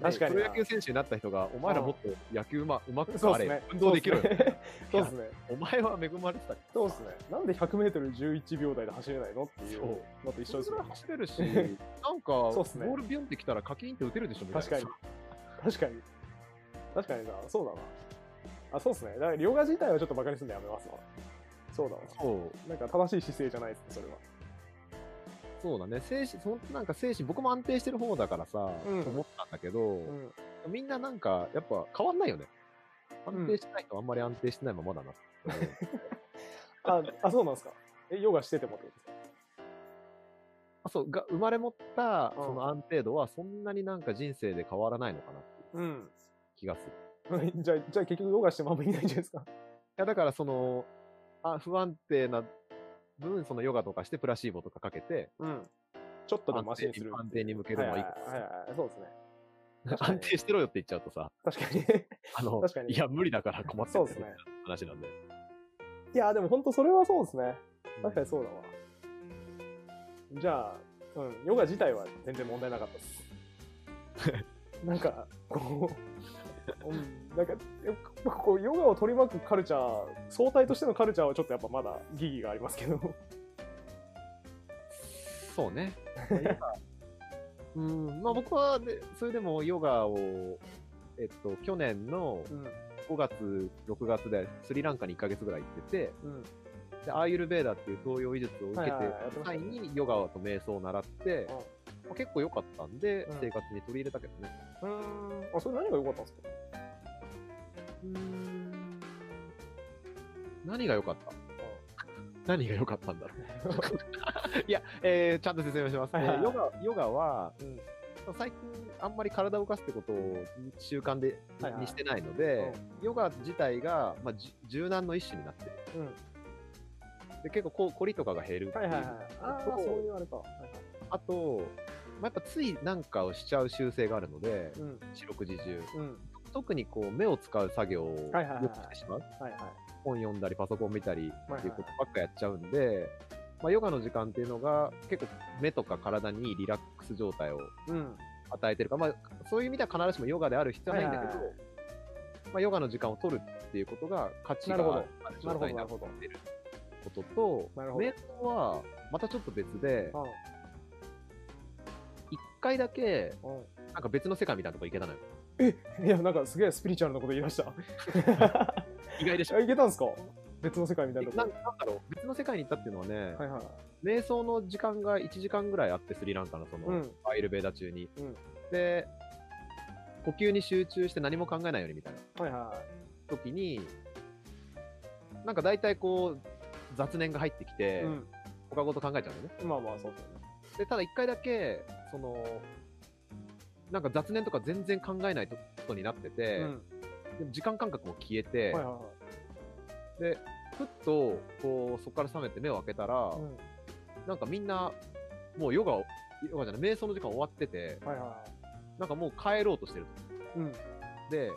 Speaker 1: 確かに
Speaker 2: プロ野球選手になった人が、お前らもっと野球うまうまく
Speaker 1: そう
Speaker 2: あ
Speaker 1: で
Speaker 2: れ、
Speaker 1: すね。
Speaker 2: 運動できるよ。
Speaker 1: そうですね。
Speaker 2: お前は恵まれてたから
Speaker 1: そうですね。なんで 100m11 秒台で走れないのってい
Speaker 2: そう
Speaker 1: うのと一緒です
Speaker 2: そ
Speaker 1: ね
Speaker 2: れは。走れるし、なんか、ボ
Speaker 1: そうっすね
Speaker 2: ールビュンってきたらカキンって打てるでしょ、みたいな
Speaker 1: 確かに。確かに。確かにな。そうだな。あ、そうですね。だから、ヨガ自体はちょっとバカにするのやめますわ。そうだわ。
Speaker 2: そう、
Speaker 1: なんか正しい姿勢じゃないですね、
Speaker 2: そうだね。精神、そんなんか精神、僕も安定してる方だからさ、
Speaker 1: ん
Speaker 2: 思ったんだけど、
Speaker 1: それは。うん。
Speaker 2: みんななんか、やっぱ変わんないよね。
Speaker 1: ん
Speaker 2: 安定してない人はあんまり安定してないままだなって思う。
Speaker 1: (laughs) あ、あそうなんですか。え、ヨガしててもってことですか
Speaker 2: あそうが生まれ持った
Speaker 1: うん
Speaker 2: その安定度はそんなになんか人生で変わらないのかなっていう
Speaker 1: うん。
Speaker 2: 気がする。
Speaker 1: (laughs) じゃあ、じゃあ結局ヨガしてもあんまいないんじゃないですか。
Speaker 2: や、だからその、あ不安定な分、そのヨガとかしてプラシーボとかかけて、
Speaker 1: うん。ちょっとでもマシにする。
Speaker 2: 安定に向けるのはいい。
Speaker 1: はいはいはいはい、そうですね。確かに
Speaker 2: (laughs) 安定してろよって言っちゃうとさ、
Speaker 1: 確かに。
Speaker 2: あの
Speaker 1: 確か、に
Speaker 2: いや、無理だから困って
Speaker 1: (laughs) そ
Speaker 2: る
Speaker 1: うです (laughs) ね
Speaker 2: 話なんで。
Speaker 1: いや、でも本当それはそうですね。確かにそうだわ。じゃあ、うん、ヨガ自体は全然問題なかったです。 (laughs) なんか、こう、うん、なんか、やっぱこう、ヨガを取り巻くカルチャー、相対としてのカルチャーはちょっとやっぱまだ疑義がありますけど。
Speaker 2: そうね。まあヨガうん、まあ僕はで、それでもヨガを、えっと、去年の
Speaker 1: うん、
Speaker 2: 5月、6月でスリランカに1ヶ月ぐらい行って
Speaker 1: うん、
Speaker 2: て、でアーユルベーダっていう東洋医術を受けて
Speaker 1: はいはいはいやって、ました
Speaker 2: 際
Speaker 1: ね
Speaker 2: にヨガと瞑想を習って、まあ結構良かったんで
Speaker 1: うん、
Speaker 2: 生活に取り入れたけどね。
Speaker 1: うん。あ、それ何が良かったん (laughs) ですか
Speaker 2: 何が良かった何が良かったんだろう。いや、えーちゃんと説明します、
Speaker 1: はいはいはい
Speaker 2: えーヨガヨガは、
Speaker 1: うん
Speaker 2: 最近あんまり体を動かすってことを習慣で、
Speaker 1: はいはい
Speaker 2: にしてないので、ヨガ自体が、まあ、じ柔軟の一種になってる。
Speaker 1: うん。
Speaker 2: で結構こ凝りとかが減るって
Speaker 1: はいいうはいはい。ああ、
Speaker 2: そう
Speaker 1: そういうあれか。はいはい
Speaker 2: あと、まあ、やっぱついなんかをしちゃう習性があるので、
Speaker 1: うん、
Speaker 2: 四六時中。
Speaker 1: うん。
Speaker 2: 特にこう目を使う作業をよ
Speaker 1: はいはいはい
Speaker 2: くしてしまう。
Speaker 1: はいはい。
Speaker 2: 本読んだりパソコン見た
Speaker 1: は
Speaker 2: り
Speaker 1: いはいはい
Speaker 2: っていうことばっかやっちゃうんで、まあ、ヨガの時間っていうのが結構目とか体にリラックス状態を
Speaker 1: うん。
Speaker 2: 与えてるから、まあ、そういう意味では必ずしもヨガである必要はないんだけど、
Speaker 1: はいはいはい
Speaker 2: まあ、ヨガの時間を取るっていうことが価値が
Speaker 1: なるほど
Speaker 2: ある
Speaker 1: な
Speaker 2: 状
Speaker 1: るほ
Speaker 2: 態
Speaker 1: ど、
Speaker 2: に
Speaker 1: な
Speaker 2: な
Speaker 1: る
Speaker 2: って
Speaker 1: ほど。
Speaker 2: いることと
Speaker 1: なるほど
Speaker 2: 瞑想はまたちょっと別で
Speaker 1: う
Speaker 2: 一回だけ
Speaker 1: ん、うん。
Speaker 2: なんか別の世界みたいなとこ行けたのよ
Speaker 1: いや、なんかすげえスピリチュアルなこと言いました。
Speaker 2: 意外でしょ
Speaker 1: あいけたんすか別の世界みたいなとこ。
Speaker 2: なんなんだろう別の世界に行ったっていうのはね、
Speaker 1: はいはい。
Speaker 2: 瞑想の時間が1時間ぐらいあってスリランカのその、
Speaker 1: うん
Speaker 2: アイルベーダ中に、
Speaker 1: うん
Speaker 2: で呼吸に集中して何も考えないようにみたいな
Speaker 1: はいは
Speaker 2: 時になんか大体こう雑念が入ってき
Speaker 1: い。
Speaker 2: て、
Speaker 1: うん。
Speaker 2: 他ごと考えちゃうんだよね
Speaker 1: まあまあ、そうですよね。
Speaker 2: でただ一回だけそのなんか雑念とか全然考えないことになってて、でも時間感覚も消え
Speaker 1: う
Speaker 2: て、
Speaker 1: ん。はいはいは
Speaker 2: でふっとこうそこから覚めて目を開けたら、
Speaker 1: い。うん。
Speaker 2: なんかみんなもうヨガをヨガじゃない瞑想の時間終わってて、
Speaker 1: はいは
Speaker 2: なんかもう帰ろうとしてると。
Speaker 1: い。うん。
Speaker 2: で、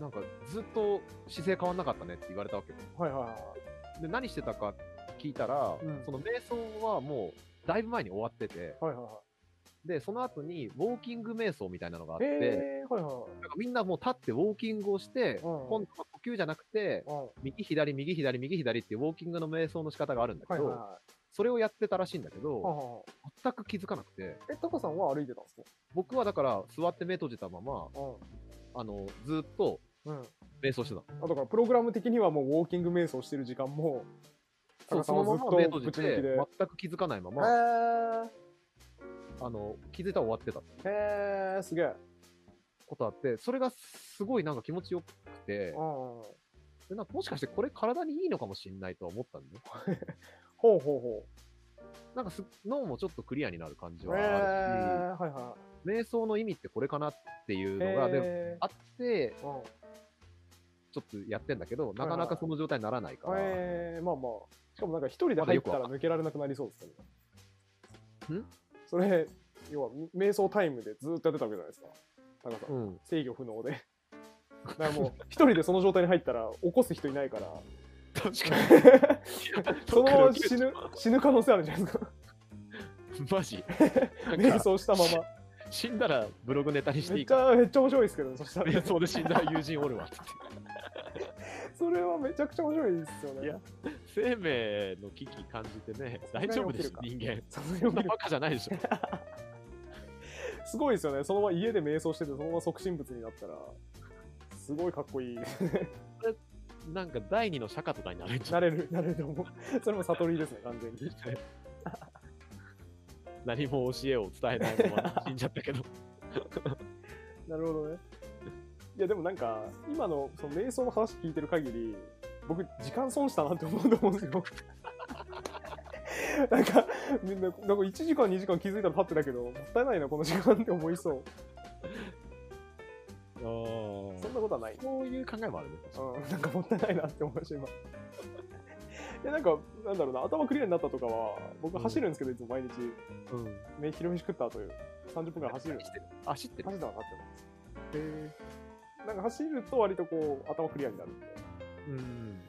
Speaker 2: なんかずっと姿勢変わんなかったねって言われたわけよ。
Speaker 1: はいはいは
Speaker 2: で、何してたか聞いたら、
Speaker 1: うん
Speaker 2: その瞑想はもうだいぶ前に終わってて、
Speaker 1: い。はいはいは
Speaker 2: で、その後にウォーキング瞑想みたいなのがあっ
Speaker 1: い。へ
Speaker 2: て、
Speaker 1: え、はいはいは
Speaker 2: なんかみんなもう立ってウォーキングをして、
Speaker 1: うん
Speaker 2: 今度は呼吸じゃなくて、
Speaker 1: い。うん。は
Speaker 2: 右左、右左、右左っていうウォーキングの瞑想の仕方があるんだけ
Speaker 1: いはい
Speaker 2: ど、
Speaker 1: は
Speaker 2: それをやってたらしいんだけ
Speaker 1: い。は
Speaker 2: ど、
Speaker 1: は
Speaker 2: 全く気づかなくて、
Speaker 1: え、タカさんは歩いてたんですか
Speaker 2: 僕はだから座って目閉じたまま、あの、ずっと
Speaker 1: うん。うん。
Speaker 2: 瞑想してた。
Speaker 1: あだから、プログラム的にはもうウォーキング瞑想してる時間も、
Speaker 2: そうそ
Speaker 1: さん
Speaker 2: のま
Speaker 1: は
Speaker 2: ま
Speaker 1: ず
Speaker 2: 目
Speaker 1: っとぶ
Speaker 2: 閉じ
Speaker 1: ち抜
Speaker 2: て
Speaker 1: きで。
Speaker 2: 全く気づかないまま、
Speaker 1: へ
Speaker 2: あの気づいたら終わってた
Speaker 1: え。へえ、すげえ。
Speaker 2: ことあってそれがすごいなんか気持ちよくて
Speaker 1: うん。ほ
Speaker 2: でなんかもしかしてこれ体にいいのかもしれないとは思ったんで、
Speaker 1: う
Speaker 2: ね、
Speaker 1: ほうほ
Speaker 2: なんかす脳もちょっとクリアになる感じ
Speaker 1: う。
Speaker 2: は
Speaker 1: へえ、
Speaker 2: あるし、
Speaker 1: はいは
Speaker 2: 瞑想の意味ってこれかなっていう
Speaker 1: い。
Speaker 2: のが、で
Speaker 1: へ
Speaker 2: も
Speaker 1: え
Speaker 2: あって
Speaker 1: うん。
Speaker 2: ちょっとやってんだけどなかなかその状態にならないから、
Speaker 1: えー、まあまあ。しかもなんか一人で入ったら抜けられなくなりそうですよね。
Speaker 2: ん
Speaker 1: それ、要は瞑想タイムでずっとやってたわけじゃないですか。高さん、 (laughs)
Speaker 2: うん、
Speaker 1: 制御不能で。だからもう、一人でその状態に入ったら起こす人いないから、
Speaker 2: (laughs) 確かに
Speaker 1: そのまま死ぬ、死ぬ可能性あるじゃないですか。
Speaker 2: マジ
Speaker 1: 瞑想したまま。
Speaker 2: 死んだらブログネタにして
Speaker 1: め
Speaker 2: い
Speaker 1: っ
Speaker 2: い
Speaker 1: ち
Speaker 2: か
Speaker 1: ゃ、めっちゃ面白いですけどね、そしたら。
Speaker 2: 瞑想で死んだら友人おるわって
Speaker 1: それはめちゃくちゃ面白いですよね。
Speaker 2: いや生命の危機感じてね、大丈夫です
Speaker 1: さすがに
Speaker 2: 人間。
Speaker 1: さすが
Speaker 2: そ
Speaker 1: に
Speaker 2: ん
Speaker 1: 起
Speaker 2: な
Speaker 1: きる
Speaker 2: バカじゃないでしょ。
Speaker 1: すごいですよね。そのまま家で瞑想してて、そのまま即身仏になったら、すごいかっこいい。
Speaker 2: なんか第二の釈迦とかになるんじゃ
Speaker 1: なれる、 (laughs) なれると思う。それも悟りですね、完全に。
Speaker 2: ない (laughs) 何も教えを伝えないまま死んじゃったけ (laughs) ど。
Speaker 1: なるほどね。いや、でもなんか、今のその瞑想の話聞いてる限り、僕、時間損したなって思うと思うんですよ。 (laughs) なんか、みんな、なんか1時間、2時間気づいたら経ってたけど、もったいないな、この時間って思いそう。
Speaker 4: そんなことはない。
Speaker 2: そういう考えもあるね。
Speaker 4: うん、
Speaker 1: なんかもったいないなって思いました今 (laughs) いやなんかなんだろうな頭クリアになったとかは僕走るんですけど、いつも毎日
Speaker 2: うん。
Speaker 1: 目広飯食った後30分間走る
Speaker 2: 走ってる。走ってる。
Speaker 1: 走ったのかなって
Speaker 2: へえ。
Speaker 1: 思うなんか走ると割とこう頭クリアになるんで
Speaker 2: うん。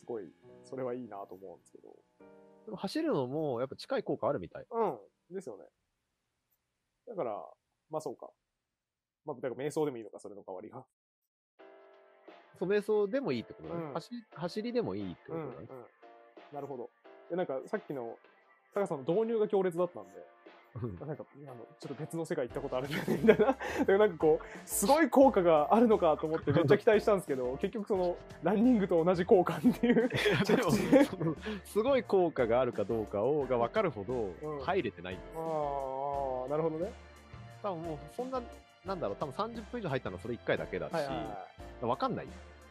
Speaker 1: すごいそれはいいなと思うんですけど
Speaker 2: でも走るのも、やっぱ近い効果あるみたい。
Speaker 1: うん。ですよね。だから、まあそうか。まあ、だから瞑想でもいいのか、それの代わりが。
Speaker 2: ソメソでもいいってことだね。
Speaker 1: うん
Speaker 2: 走走りでもいいってことだね。
Speaker 1: なるほど。で、なんかさっきの、タカさんの導入が強烈だったんで、
Speaker 2: うん (laughs)
Speaker 1: なんか、あの、ちょっと別の世界行ったことあるんだよね、みたいな。だからなんか (laughs) こう、すごい効果があるのかと思ってめっちゃ期待したんですけど、結局その、ランニングと同じ効果って
Speaker 2: (laughs)
Speaker 1: いう。
Speaker 2: でも、すごい効果があるかどうかをが分かるほ
Speaker 1: うん
Speaker 2: ど入れてない。
Speaker 1: ああ、なるほどね。
Speaker 2: 多分もう、そんな、なんだろう、多分30分以上入ったのはそれ1回だけだし、分かんない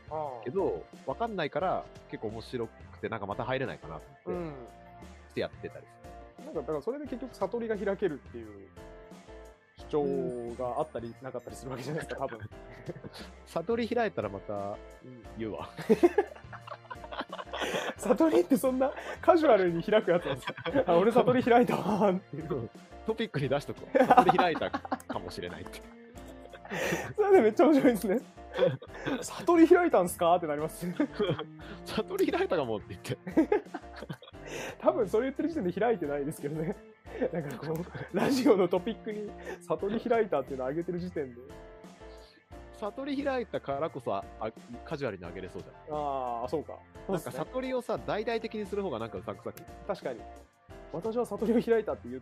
Speaker 1: あ
Speaker 2: けど、分かんないから結構面白くて、なんかまた入れないかなって
Speaker 1: あ。う
Speaker 2: 思っ
Speaker 1: ん。
Speaker 2: てしてやってたり
Speaker 1: なんか、だからそれで結局悟りが開けるっていう主張があったりなかったりするわけじゃないですか、多分。 (laughs)
Speaker 2: する。悟り開いたらまた
Speaker 1: (laughs)
Speaker 2: 言うわ。
Speaker 1: 悟りってそんなカジュアルに開くやつなんですか (laughs) あ俺悟り開いたわーっていう。
Speaker 2: トピックに出しとくわ。悟り開いたかもしれないって。
Speaker 1: (laughs) それでめっちゃ面白いですね。 (laughs) 悟り開いたんすかってなります。 (laughs)
Speaker 2: 悟り開いたかもって言って。
Speaker 1: 多分それ言ってる時点で開いてないですけどね。 (laughs) なんかこ (laughs) う、ラジオのトピックに悟り開いたっていうのを上げてる時点で。
Speaker 2: 悟り開いたからこそあカジュアルに上げれそうじゃん。
Speaker 1: ああ、そうか。そう
Speaker 2: な
Speaker 1: っ
Speaker 2: ん
Speaker 1: す
Speaker 2: か
Speaker 1: ね
Speaker 2: 悟りをさ、大々的にする方がなんかうさんくさく。
Speaker 1: 確かに。私は悟りを開いたって言っ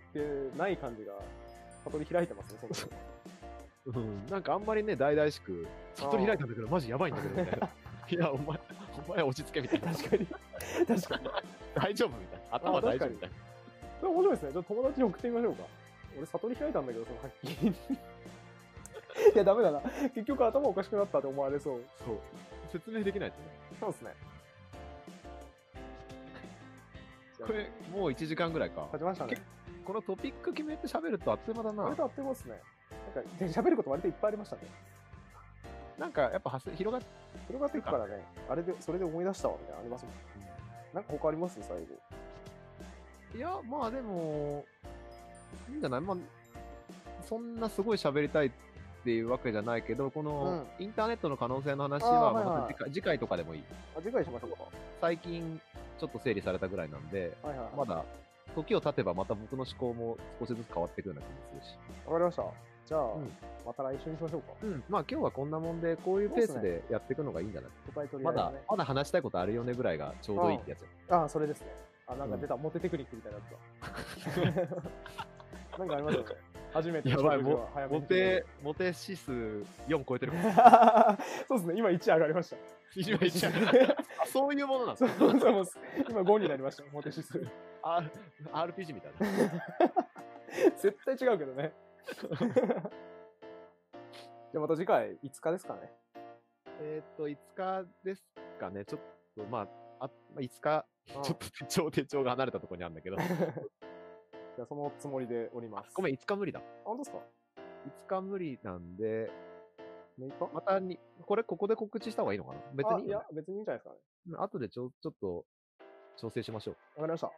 Speaker 1: てない感じが、悟り開いてますね、そんなの
Speaker 2: うん、なんかあんまりね、大々しく、悟り開いたんだけど、マジやばいんだけど、み
Speaker 1: (laughs)
Speaker 2: たいな。いや、お前、お前落ち着けみたいな。
Speaker 1: 確かに。確かに。
Speaker 2: 大丈夫みたいな。頭
Speaker 1: あ確
Speaker 2: 大
Speaker 1: か
Speaker 2: 丈夫
Speaker 1: に
Speaker 2: みたいな。
Speaker 1: それ面白いですね。ちょっと友達に送ってみましょうか。俺、悟り開いたんだけど、その発揮。 (laughs) いや、ダメだな。結局頭おかしくなったって思われそう。
Speaker 2: そう。説明できないですね。
Speaker 1: そうですね。
Speaker 2: これ、もう1時間ぐらいか。
Speaker 1: 立ちましたね。
Speaker 2: このトピック決めて喋るとあっという間だ
Speaker 1: 割
Speaker 2: な。
Speaker 1: と合ってますね。なんか、で喋ること割といっぱいありましたね。
Speaker 2: なんか、やっぱ発生、広がっ
Speaker 1: 広がっていくからね、あれで、それで思い出したわ、みたいなのありますもん。なんか他あります最後。
Speaker 2: いや、まあでも、いいんじゃないまあ、そんなすごい喋りたいっていうわけじゃないけど、このインターネットの可能性の話
Speaker 1: あ
Speaker 2: は、
Speaker 1: ーはいはい
Speaker 2: また次回次回とかでもいい。
Speaker 1: あ、次回しましょうか。
Speaker 2: 最近、ちょっと整理されたぐらいなんで、
Speaker 1: はいはいはい。
Speaker 2: まだ、時を経てばまた僕の思考も少しずつ変わっていくような気もするし。
Speaker 1: わかりました。じゃあ、
Speaker 2: ん
Speaker 1: また来週にしましょうか。
Speaker 2: うん。まあ今日はこんなもんで、こういうペースでやっていくのがいいんじゃない
Speaker 1: 答え取り
Speaker 2: ま
Speaker 1: 合い
Speaker 2: だ
Speaker 1: ね。、
Speaker 2: まだ話したいことあるよねぐらいがちょうどいいってやつ。
Speaker 1: ああ、それですね。あ、なんか出た、モテテクニックみたいなやつだ。 (laughs) なんかありますよね。初めて
Speaker 2: やばい
Speaker 1: 人は早め
Speaker 2: モ
Speaker 1: に決める
Speaker 2: テ、モテ指数4超えてる
Speaker 1: (laughs) そうですね、今1上がりました。 (laughs)
Speaker 2: 一番一番あそういうものなんです
Speaker 1: そ
Speaker 2: か
Speaker 1: うそうそう今5になりました、モテ指数。 (laughs)
Speaker 2: R- ?RPG みたいな。
Speaker 1: 絶対違うけどね。 (laughs) じゃあまた次回5日ですかね。
Speaker 2: えっと、5日ですかね。ちょっと、まあ、あまあ5日、
Speaker 1: うん
Speaker 2: ちょっと手帳、手帳が離れたところにあるん
Speaker 1: (laughs)
Speaker 2: だけど。
Speaker 1: じゃあそのつもりでおります。
Speaker 2: ご
Speaker 1: ん。
Speaker 2: めん、5日無理だ。
Speaker 1: 本当ですか
Speaker 2: 5日無理なんで、
Speaker 1: ?6 日
Speaker 2: またに、これ、ここで告知した方がいいのかな別にいい
Speaker 1: あい
Speaker 2: よ
Speaker 1: や
Speaker 2: ね、
Speaker 1: 別にいいんじゃないですかね。
Speaker 2: うん後でちょ、ちょっと、調整しましょ
Speaker 1: わか
Speaker 2: う。
Speaker 1: りました。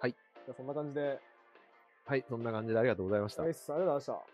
Speaker 2: はい。
Speaker 1: じゃあそんな感じで、
Speaker 2: はい、そんな感じでありがとうございました
Speaker 1: ナイ。スありがとうございました。